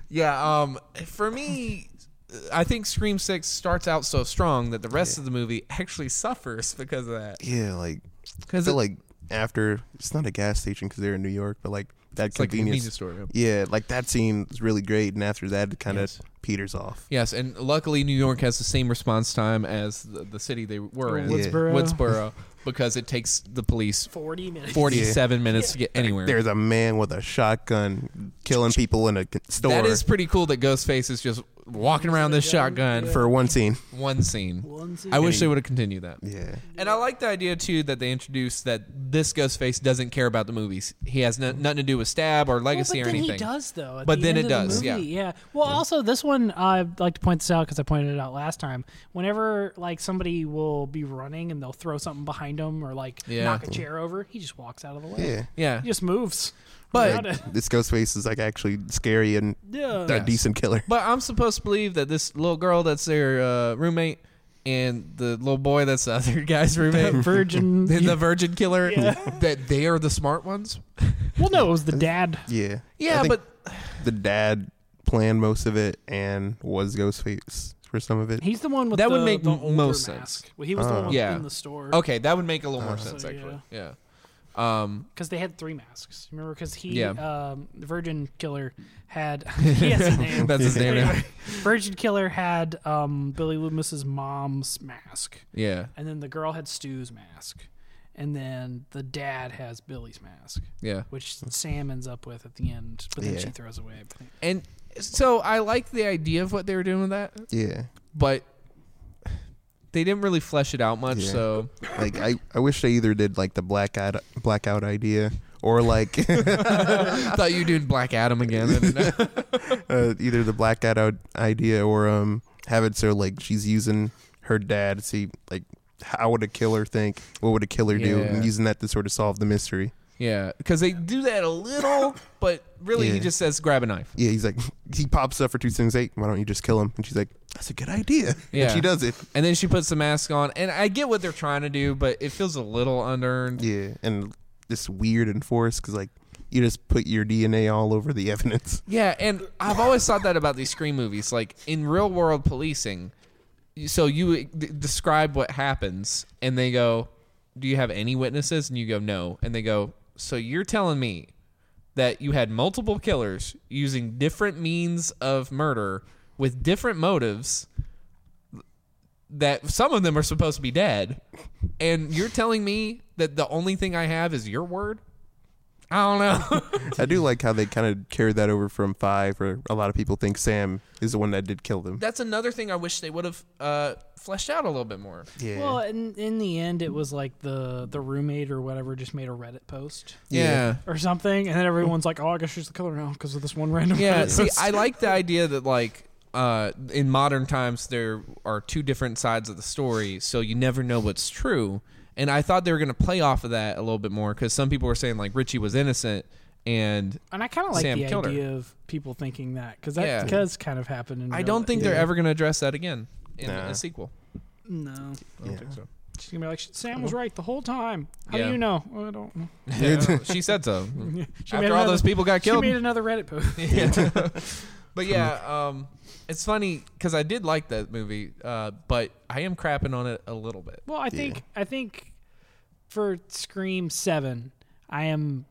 yeah. Um. For me, I think Scream Six starts out so strong that the rest of the movie actually suffers because of that.
Yeah. Like, I
Because
feel like after, it's not a gas station because they're in New York, but like that
like a
convenience.
convenience store, yeah.
Yeah. Like that scene is really great. And after that, it kind of peters off.
Yes, and luckily New York has the same response time as the, the city they were in,
Woodsboro.
Woodsboro, because it takes the police
Forty minutes.
47 minutes to get anywhere.
There's a man with a shotgun killing people in a c- store
that is pretty cool that Ghostface is just walking around this shotgun for
for one scene.
one scene.
One scene.
I wish they would have continued that.
Yeah.
And I like the idea too that they introduced that this Ghostface doesn't care about the movies. He has no, nothing to do with stab or legacy
well, but
or anything.
Then he does though. at
But
the
then
end
it
of the
does,
movie, yeah. Well, also this one I'd like to point this out because I pointed it out last time. Whenever like somebody will be running and they'll throw something behind them or like
Yeah.
knock a chair over, he just walks out of the way.
Yeah.
Yeah,
He just moves.
but
Without a-
This Ghostface is like actually scary and
yeah.
a decent killer.
But I'm supposed to believe that this little girl that's their uh, roommate and the little boy that's the other guy's roommate,
virgin.
the, the virgin killer, that they are the smart ones.
well, no, it was the dad.
Yeah.
Yeah,
I think
but
the dad planned most of it and was Ghostface for some of it.
He's the one with
That
the,
would make
the older
most
mask.
sense.
Well, he was the one
Yeah.
in the store.
okay, that would make a little more sense
So,
actually. Yeah. Um,
because they had three masks. Remember, because he,
Yeah.
um, the Virgin Killer had he has a name.
That's his name now.
Anyway, Virgin Killer had um, Billy Loomis's mom's mask,
yeah,
and then the girl had Stu's mask, and then the dad has Billy's mask,
yeah.
which Sam ends up with at the end. But then
Yeah.
she throws away. everything.
And so I like the idea of what they were doing with that,
Yeah.
but they didn't really flesh it out much.
Yeah.
So
Like I, I wish they either did like the blackout blackout idea or like
Thought you did Black Adam again. I didn't know.
uh, either the Black Widow idea or um have it so like she's using her dad to see like how would a killer think, what would a killer do,
Yeah.
and using that to sort of solve the mystery.
yeah, because they do that a little, but really he
Yeah.
just says grab a knife.
Yeah, he's like he pops up for two seconds. Hey, why don't you just kill him? And she's like, that's a good idea.
Yeah.
and she does it.
And then she puts the mask on, and I get what they're trying to do, but it feels a little unearned.
Yeah, and it's weird and forced because like you just put your DNA all over the evidence.
Yeah, and I've always thought that about these scream movies. Like in real world policing, you- so you d- describe what happens, and they go, "Do you have any witnesses?" And you go, "No," and they go, "So you're telling me that you had multiple killers using different means of murder with different motives?" That some of them are supposed to be dead, and you're telling me that the only thing I have is your word. I don't know.
I do like how they kind of carried that over from five, where a lot of people think Sam is the one that did kill them.
that's another thing I wish they would have uh, fleshed out a little bit more.
Yeah,
Well, in, in the end, it was like the the roommate or whatever just made a Reddit post
Yeah.
or something, and then everyone's like, "Oh, I guess she's the killer now because of this one random."
Yeah.
Reddit
See,
post."
I like the idea that like uh, in modern times there are two different sides of the story, so you never know what's true. And I thought they were going to play off of that a little bit more because some people were saying like Richie was innocent, and
and I kind of like
Sam
the
killed her.
idea of people thinking that because that
Yeah.
does kind of happen. In
I
real
don't
life.
think they're
Yeah.
ever going to address that again in
Nah.
a sequel.
No,
I don't
Yeah.
think so.
she's gonna be like, "Sam was right the whole time." How
Yeah.
do you know? "Well, I don't. know."
Yeah, she said so.
She made
After all
another-
those people got
she
killed,
made another Reddit post.
Yeah. but yeah, um, it's funny because I did like that movie, uh, but I am crapping on it a little bit.
Well, I think I think for Scream Seven, I am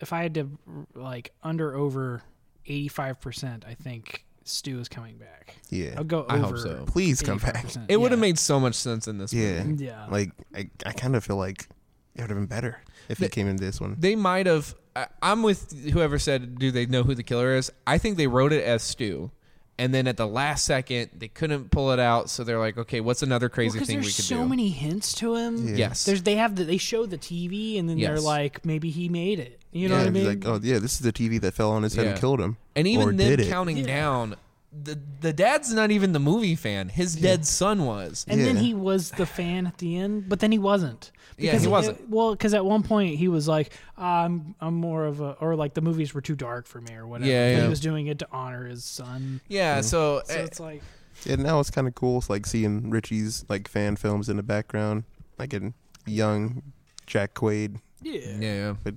if I had to like under over eighty five percent, I think Stu is coming back.
yeah.
I'll go over.
I hope so.
Please come back.
85%.
It would have
Yeah.
made so much sense in this
Yeah,
movie.
Yeah.
Like I, I kind of feel like it would have been better if he
The-
came in this one.
They might have. I, I'm with whoever said, "Do they know who the killer is?" I think they wrote it as Stu, and then at the last second they couldn't pull it out, so they're like, "Okay, what's another
Well,
crazy
'cause
thing we
there's
could
so
do?"
many hints to him.
Yeah.
yes,
There's they have the, they show the TV and then they're
Yes.
like maybe he made it. You know
yeah,
what I
it'd be
mean?
Like, oh yeah, this is the TV that fell on his head and
Yeah.
killed him.
and
or
even
did
them
it.
counting
Yeah.
down. The, the dad's not even the movie fan. His dead son was.
and then
yeah.
he was the fan at the end, but then he wasn't.
Yeah,
Because
he
it-
wasn't.
well, because at one point he was like, "I'm, I'm more of a," or like the movies were too dark for me, or whatever.
Yeah,
But
yeah.
He was doing it to honor his son.
Yeah, so,
So
eh,
it's like,
And now it's kind of cool, it's like seeing Richie's like fan films in the background, like in young Jack Quaid.
yeah,
yeah, yeah.
But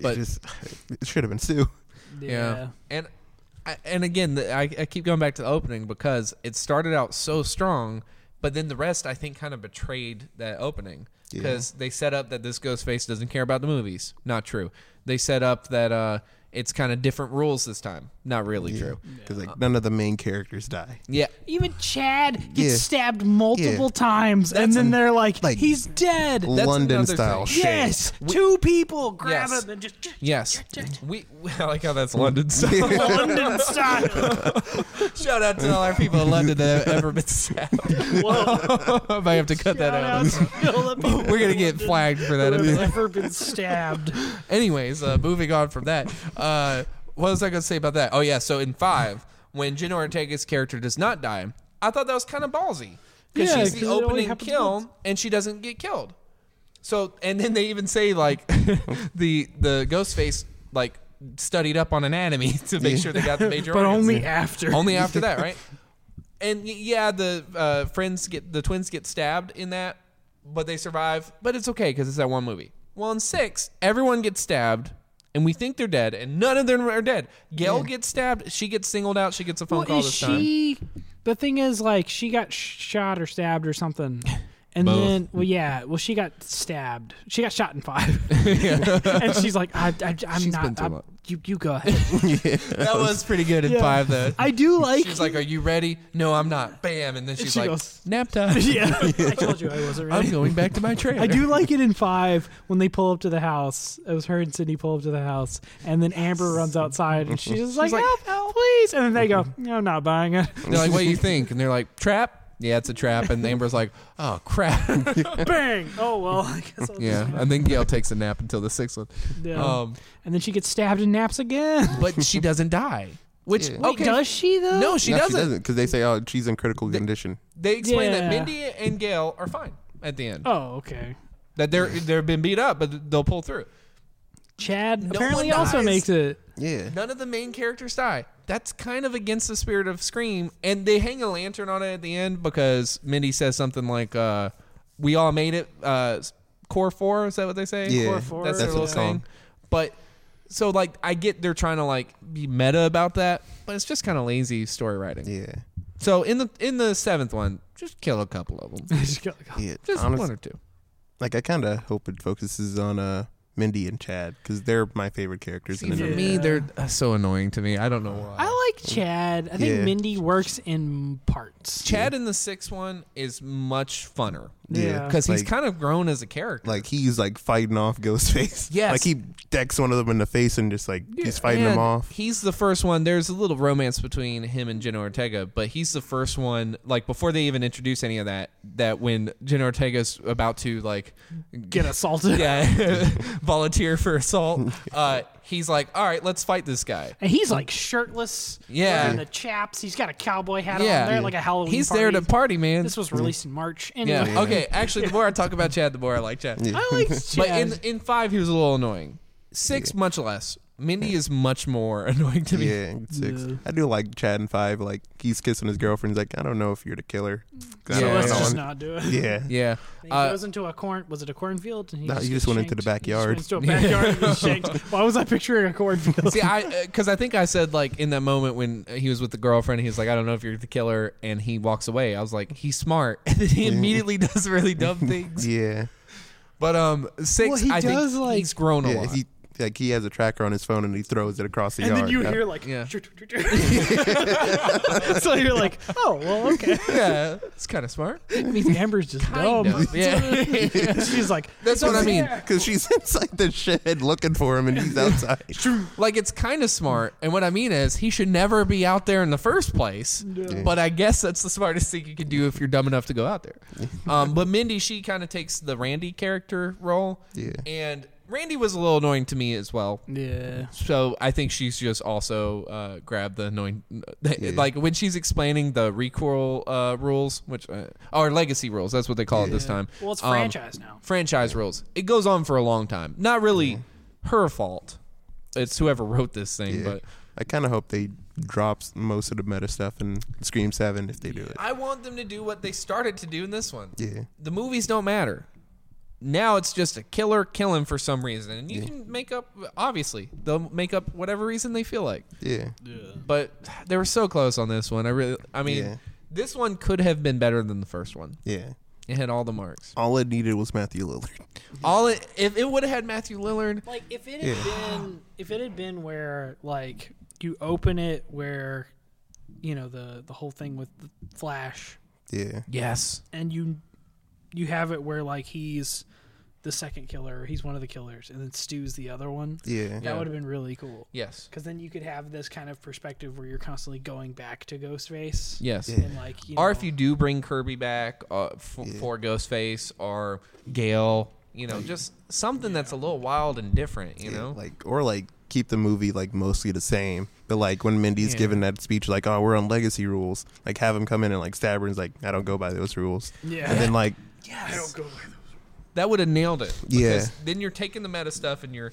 But-
it just it should have been Sue.
Yeah. And I, and again, the, I, I keep going back to the opening because it started out so strong, but then the rest I think kind of betrayed that opening
Yeah.
because they set up that this Ghostface doesn't care about the movies. Not true. They set up that uh, it's kind of different rules this time. Not really true. Uh-huh.
because like none of the main characters die.
Yeah.
Even Chad gets
Yeah.
stabbed multiple
Yeah.
times, and then they're like,
like-
"He's dead."
That's
London
another
style.
thing.
shit.
yes, two people grab
Yes.
him and just
Yes. We, I like how that's London style.
London style.
Shout out to all our people in London that have ever been stabbed.
Whoa,
I might have to cut that out. We're gonna get flagged for that.
I've never been stabbed.
Anyways, uh, moving on from that, uh, what was I going to say about that? Oh yeah, so in five, when Jenna Ortega's character does not die, I thought that was kind of ballsy because
Yeah,
she's
'cause it
the
only
opening
happens
kill
once.
and she doesn't get killed. So and then they even say like the the ghost face like studied up on anatomy to make sure they got the major.
But
organs.
only after.
only after that, right? And y- yeah, the uh, friends get the twins get stabbed in that, but they survive. But it's okay because it's that one movie. Well, in six, everyone gets stabbed, and we think they're dead, and none of them are dead. Gail gets stabbed. She gets singled out. She gets a phone
Well,
call
is
this time.
she? The thing is, like, she got sh- shot or stabbed or something. And
Both.
then, well, yeah, well, she got stabbed. She got shot in five, and she's like, I, I, I'm
She's
not.
been through
I'm-
a lot.
You, you go ahead.
That was pretty good in
Yeah.
five, though.
I do like.
She's like, "Are you ready?" No, I'm not. Bam, and then she's
she
like,
goes-
"Nap time.
yeah, I told you I wasn't
I'm
ready.
going back to my trailer."
I do like it in five when they pull up to the house. It was her and Sydney pull up to the house, and then Amber runs outside, and she's just like,
like,
help, help, please!" And then they go, "No, "I'm not buying it."
They're like, "What do you think?" And they're like, "Trap." Yeah, it's a trap. And Amber's like, oh, crap.
Bang! Oh well, I guess I'll
yeah.
just
And then Gail takes a nap until the sixth one.
yeah.
Um,
and then she gets stabbed and naps again.
but she doesn't die. Which,
Yeah.
Wait,
okay.
does she though?
no, she
No,
doesn't.
because they say, "Oh, she's in critical condition."
They explain that
Yeah.
Mindy and Gail are fine at the end.
Oh, okay.
That they're they've been beat up, but they'll pull through.
Chad
No
apparently
one
also
dies.
makes it.
Yeah,
None of the main characters die. That's kind of against the spirit of Scream. And they hang a lantern on it at the end because Mindy says something like, uh, "We all made it." Uh, core four is that what they say?
Yeah,
core
Core
That's
four,
their
yeah.
little thing. But so like I get they're trying to like be meta about that, but it's just kind of lazy story writing.
yeah,
So in the in the seventh one, just kill a couple of them,
Just go- go-
yeah.
just
Honest-
one or two.
like I kind of hope it focuses on uh Mindy and Chad because they're my favorite characters.
See,
in
for
the
Yeah.
me, they're uh, so annoying to me. I don't know why.
I like Chad. I think
Yeah.
Mindy works in parts.
Chad in the sixth one is much funner
Yeah.
because he's
Like-
kind of grown as a character.
Like he's like fighting off Ghostface.
Yes.
like he decks one of them in the face and just like he's fighting
And
them off.
He's the first one. There's a little romance between him and Jenna Ortega, but he's the first one. Like before they even introduce any of that, that when Jenna Ortega's about to like
Get assaulted.
yeah, volunteer for assault, uh, he's like, "All right, let's fight this guy."
And he's like shirtless.
Yeah.
Wearing the chaps. He's got a cowboy hat
Yeah.
on there, like a Halloween.
He's
party.
there to party, man.
This was released in March. Anyway,
yeah. Okay. Actually, the more I talk about Chad, the more I like Chad.
I like Chad.
But in in five, he was a little annoying. Six, much less. Mindy is much more annoying to me.
Yeah, six.
Yeah.
I do like Chad and five. Like he's kissing his girlfriend. He's like, I don't know if you're the killer.
So
I
so
don't
let's
yeah.
know."
just not do it.
Yeah,
Yeah.
He
Uh,
goes into a corn. Was it a cornfield? And he
No,
just
he
gets
just went into the
shanked. He
backyard.
just went into a backyard and was shanked. Why was I picturing a cornfield?
see, I because I think I said like in that moment when he was with the girlfriend, he was like, "I don't know if you're the killer," and he walks away. I was like, "He's smart," and then he immediately does really dumb things.
yeah.
But um, six,
Well, he
I
does,
think
like-
he's grown a
yeah
lot.
he like he has a tracker on his phone and he throws it across the
and
yard.
then you
That-
hear like,
Yeah.
so you're like, oh well, okay.
yeah, it's kind of smart.
It means Amber's just
Kind
dumb.
of, yeah.
She's like,
That's what I
"Over
mean.
there."
Because she's inside the shed looking for him and he's outside.
Like it's kind of smart, and what I mean is he should never be out there in the first place.
Yeah.
But I guess that's the smartest thing you can do if you're dumb enough to go out there. Um, but Mindy, she kind of takes the Randy character role,
Yeah.
and Randy was a little annoying to me as well.
Yeah.
So I think she's just also uh, grabbed the annoying,
Yeah.
like when she's explaining the recoil uh, rules, which uh, or legacy rules. That's what they call it this time.
Well, it's
Um,
franchise now.
franchise rules. It goes on for a long time. Not really her fault. It's whoever wrote this thing,
Yeah.
but
I kind of hope they drop s- most of the meta stuff in Scream 7 if they do it.
I want them to do what they started to do in this one.
Yeah.
The movies don't matter. Now it's just a killer killing for some reason, and you can make up. Obviously, they'll make up whatever reason they feel like.
Yeah.
But they were so close on this one. I really, I mean,
Yeah.
this one could have been better than the first one.
Yeah.
It had all the marks.
All it needed was Matthew Lillard.
All it, if it would have had Matthew Lillard,
Like if it had been if it had been where like you open it where you know the the whole thing with the flash
Yeah.
yes,
and you you have it where like he's the second killer or he's one of the killers and then Stu's the other one.
Yeah.
Yeah.
That would have been really cool.
yes,
Cuz then you could have this kind of perspective where you're constantly going back to Ghostface
yes.
Yeah.
and like you
Or
know,
if you do bring Kirby back uh, f- for Ghostface or Gale, you know, just something that's a little wild and different, you
Yeah,
know.
Like, or like keep the movie like mostly the same. But like when Mindy's
Yeah.
giving that speech, like, oh, we're on legacy rules, like have him come in and like stab her and he's like, I don't go by those rules.
Yeah.
And then like,
I don't go like
that would have nailed it.
Yeah.
because Then you're taking the meta stuff and you're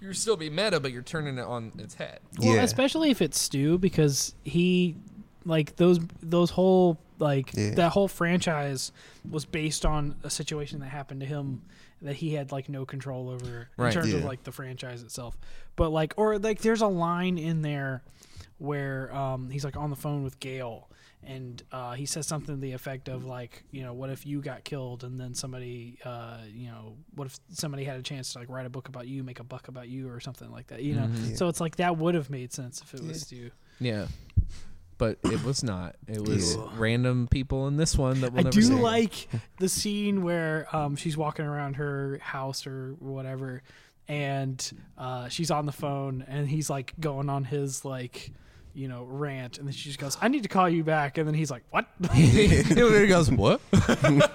you're still be meta, but you're turning it on its head.
Well,
yeah.
especially if it's Stu because he like those those whole like
Yeah.
that whole franchise was based on a situation that happened to him that he had like no control over
Right.
in terms of
Yeah.
like the franchise itself. But like or like there's a line in there where um he's like on the phone with Gail and uh, he says something to the effect of like you know what if you got killed and then somebody uh, you know what if somebody had a chance to like write a book about you make a buck about you or something like that you know so it's like that would have made sense if it was you
Yeah. But it was not. It was
Yeah.
random people in this one that will
I
never
do
see.
like the scene where um, she's walking around her house or whatever, and uh, she's on the phone, and he's like going on his like you know, rant, and then she just goes, "I need to call you back," and then he's like, "What?"
he goes, "What?"
and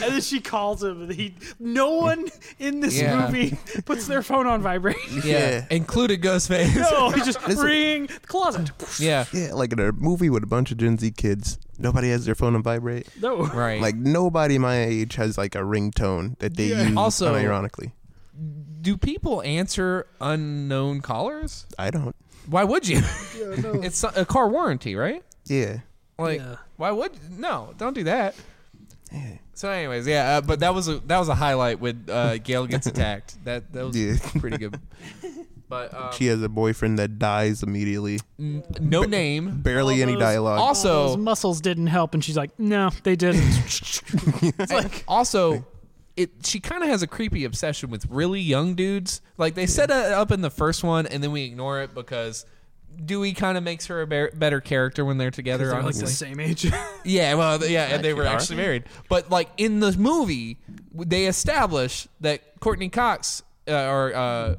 then she calls him, and he. No one in this
Yeah.
movie puts their phone on vibration.
Yeah,
Yeah.
included Ghostface.
No, he just
Listen.
ring the closet.
Yeah,
Yeah, like in a movie with a bunch of Gen Z kids, nobody has their phone on vibrate.
No,
right.
Like nobody my age has like a ringtone that they
Yeah.
use.
Also-
unironically,
do people answer unknown callers?
I don't.
Why would you?
Yeah, no.
it's a car warranty, right?
Yeah,
Like,
Yeah.
why would no? Don't do that.
yeah,
So, anyways, yeah, uh, but that was a that was a highlight when uh, Gail gets attacked. That that was
Yeah.
pretty good. But um,
she has a boyfriend that dies immediately.
n- no name.
Barely
All
any
those-
dialogue.
all-
All
Also-
those muscles didn't help, and she's like, "No, they didn't." it's like,
Also, it she kind of has a creepy obsession with really young dudes. Like they set it up in the first one, and then we ignore it because Dewey kind of makes her a be- better character when they're together.
they're like
honestly. Uh,
the same age.
Yeah, well, th- yeah, and they were
Actually are.
actually married. But like in the movie, w- they establish that Courtney Cox uh, or uh,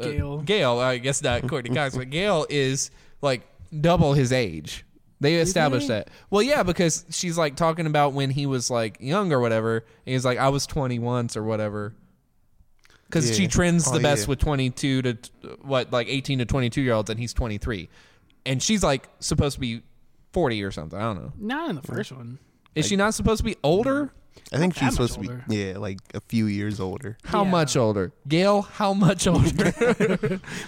Gail.
uh, Gail, I guess not Courtney Cox, but Gail is like double his age. They established that. Well, yeah, because she's like talking about when he was like young or whatever. And he's like, I was 20 once or whatever. Because
Yeah.
she trends the
Oh,
best
yeah.
with 22 to t- what, like 18 to 22 year olds, and he's 23. And she's like supposed to be 40 or something. I don't know.
Not in the first one.
Is she not supposed to be older?
I think
Not
she's
that much
supposed
older.
to be yeah, like a few years older.
How
Yeah.
much older? Gail, how much older?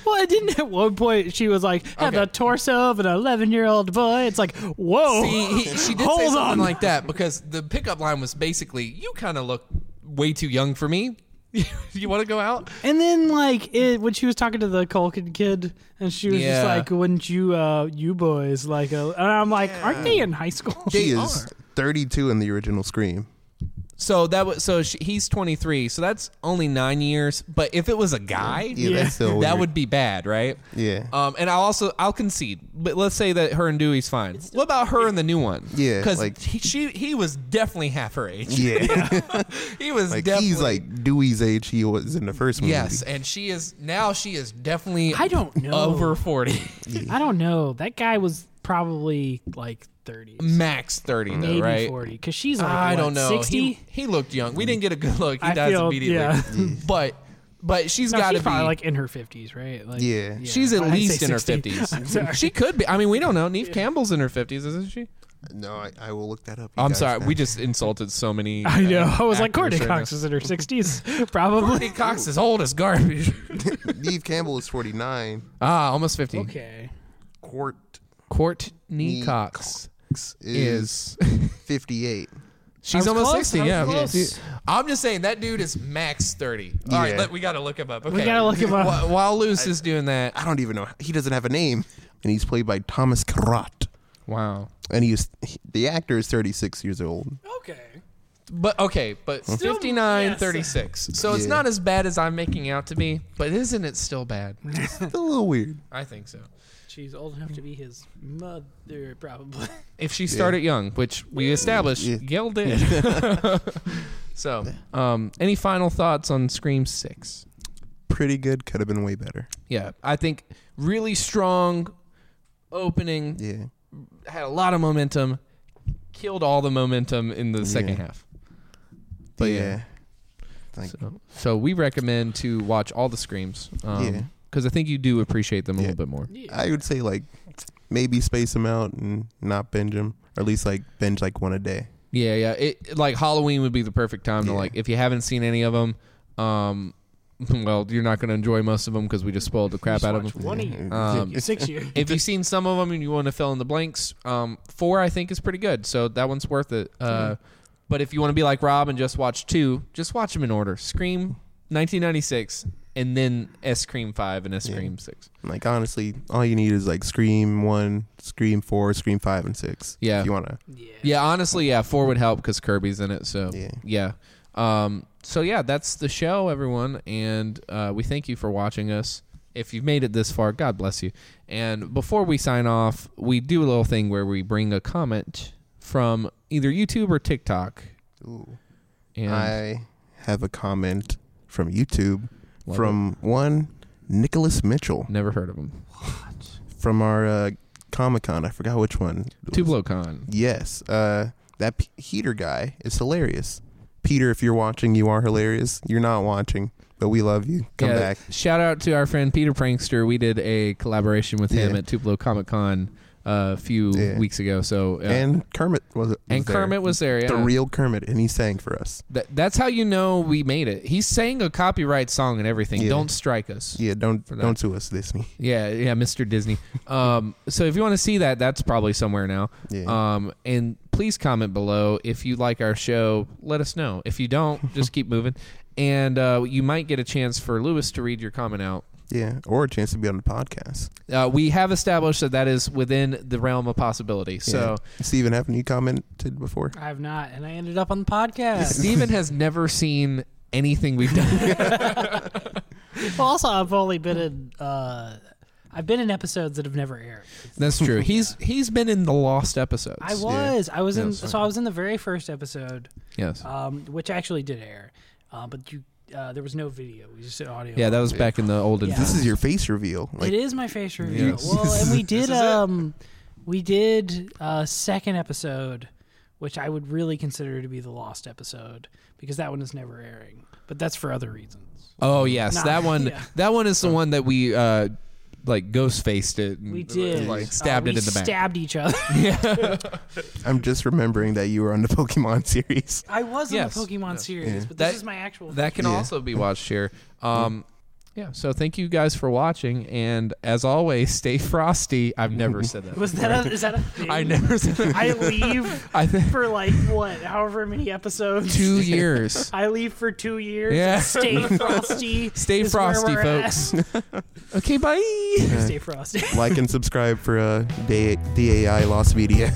Well, I didn't. At one point, she was like, "Had
Okay.
the torso of an 11 year old boy." It's like, whoa.
See, he, she did
Hold
say something
on.
like that because the pickup line was basically, "You kind of look way too young for me. you want to go out?"
And then, like, it, when she was talking to the Culkin kid, and she was
Yeah.
just like, "Wouldn't you, uh, you boys like?" A, and I'm like, "Aren't they in high school?"
She is 32 in the original Scream.
So that was so she, he's 23. So that's only nine years. But if it was a guy,
Yeah,
Yeah.
that's still
that
weird.
would be bad, right?
Yeah.
Um, and I'll also I'll concede, but let's say that her and Dewey's fine. What about her and the new one?
Yeah,
because
like-
she he was definitely half her age.
yeah.
He was
like
definitely
he's like Dewey's age he was in the first movie.
Yes, and she is now. She is definitely.
I don't know.
over forty,
I don't know. That guy was probably like 30,
max thirty though,
maybe
Mm, right?
40, because she's like
I
what,
don't know.
60.
He, he looked young. We didn't get a good look. He
I
dies
feel-
immediately.
yeah.
But but she's
No,
got to
she's
be.
probably like in her 50s, right? Like,
Yeah.
she's at
I'd say
least in her
60.
fifties.
I'm sorry.
She could be. I mean, we don't know. Neve Campbell's in her fifties, isn't she?
No, I, I will look that up. you
I'm
guys
sorry.
know.
We just insulted so many.
I know.
uh,
I was like, Courtney
actors right now.
Cox is in her 60s, probably.
Courtney Cox is old as garbage.
Neve Campbell is 49.
ah, almost fifty.
okay.
Court
Courtney
Nee
Cox
is,
is.
58.
She's
I was
almost
close,
sixty.
I was
yeah,
close.
Yeah. I'm just saying that dude is max thirty. All right,
Yeah.
let, we got to look him up. Okay.
gotta look him up.
While, while Luce is doing that,
I don't even know. He doesn't have a name, and he's played by Thomas Carrot.
wow.
And he was he, the actor is 36 years old.
Okay.
But okay, but
Still,
59,
yes.
36. So it's
Yeah.
not as bad as I'm making out to be, but isn't it still bad?
It's a little weird.
I think so.
She's old enough to be his mother, probably.
If she started young, which we established,
Yeah.
Gail did. so, um, any final thoughts on Scream 6?
Pretty good. Could have been way better.
Yeah, I think really strong opening,
Yeah.
had a lot of momentum, killed all the momentum in the second half. But yeah.
Like,
So, so we recommend to watch all the Screams. Um,
Yeah.
Because I think you do appreciate them a
Yeah.
little bit more.
I would say like maybe space them out and not binge them, or at least like binge like one a day.
Yeah, yeah. It like Halloween would be the perfect time to
Yeah.
like if you haven't seen any of them. Um, well, you're not going to enjoy most of them because we just spoiled the crap out of them.
One
Um,
six years.
if you've seen some of them and you want to fill in the blanks, um, four I think is pretty good. So that one's worth it. Uh, but if you want to be like Rob and just watch two, just watch them in order: Scream 1996, and then S Scream Five and S
Yeah.
Scream Six.
Like honestly, all you need is like Scream one, Scream four, Scream five, and six.
Yeah.
if you wanna.
Yeah.
Yeah, honestly, yeah, four would help because Kirby's in it. So yeah.
Yeah.
Um. So yeah, that's the show, everyone, and uh, we thank you for watching us. If you've made it this far, God bless you. And before we sign off, we do a little thing where we bring a comment from either YouTube or TikTok.
Ooh.
And
I have a comment from YouTube
Love
from one Nicholas Mitchell
never heard of him.
from our uh, Comic Con. I forgot which one.
Tublo Con.
Yes, uh, that P- heater guy is hilarious. Peter, if you're watching, you are hilarious. You're not watching, but we love you. Come
Yeah,
back.
Shout out to our friend Peter Prankster. We did a collaboration with him
Yeah.
at Tupelo Comic Con uh, a few
Yeah.
weeks ago. So uh,
And Kermit was, was
and
there.
Kermit was there. Yeah.
the real Kermit, and he sang for us.
Th- that's how you know we made it. He sang a copyright song and everything.
Yeah.
Don't strike us.
Yeah, don't
For that.
don't sue us, Disney.
Yeah, yeah, Mr. Disney. Um, so if you want to see that, that's probably somewhere now.
Yeah.
Um, and please comment below if you like our show. Let us know. If you don't, just keep moving, and uh, you might get a chance for Lewis to read your comment out.
Yeah, or a chance to be on the podcast.
Uh, we have established that that is within the realm of possibility. So
yeah. Steven, haven't you commented before?
I have not, and I ended up on the podcast.
Steven has never seen anything we've done.
well, also, I've only been in. Uh, I've been in episodes that have never aired.
that's true. He's he's been in the lost episodes.
I was. I was
Yeah,
in.
sorry.
So I was in the very first episode,
yes.
um, which actually did air, uh, but you uh, there was no video. We just did audio.
Yeah, that was back in the olden.
Yeah.
days.
This is your face reveal. Like,
it is my face review.
Yes.
Well, and we
is it.
did. um, we did a second episode, which I would really consider to be the lost episode because that one is never airing. But that's for other reasons.
Oh yes,
Nah,
that one.
yeah.
That one is the one that we uh, like ghost faced it. And,
We did
like
Uh,
stabbed
we
it in the back.
Stabbed each other.
I'm just remembering that you were on the Pokemon series.
I was in
Yes.
the Pokemon series,
Yeah.
but this
That-
is my actual.
that can
Yeah.
also be watched here. Um, yeah. So thank you guys for watching, and as always, stay frosty. I've never said that.
was that a, is that a thing?
I never said that.
I leave
I think
for like what, however many episodes.
two years.
I leave for two years.
Yeah.
Stay frosty.
Stay
is where
frosty,
we're at.
folks. okay, bye.
Stay frosty.
uh, Like and subscribe for uh, DA- DAI Lost Media.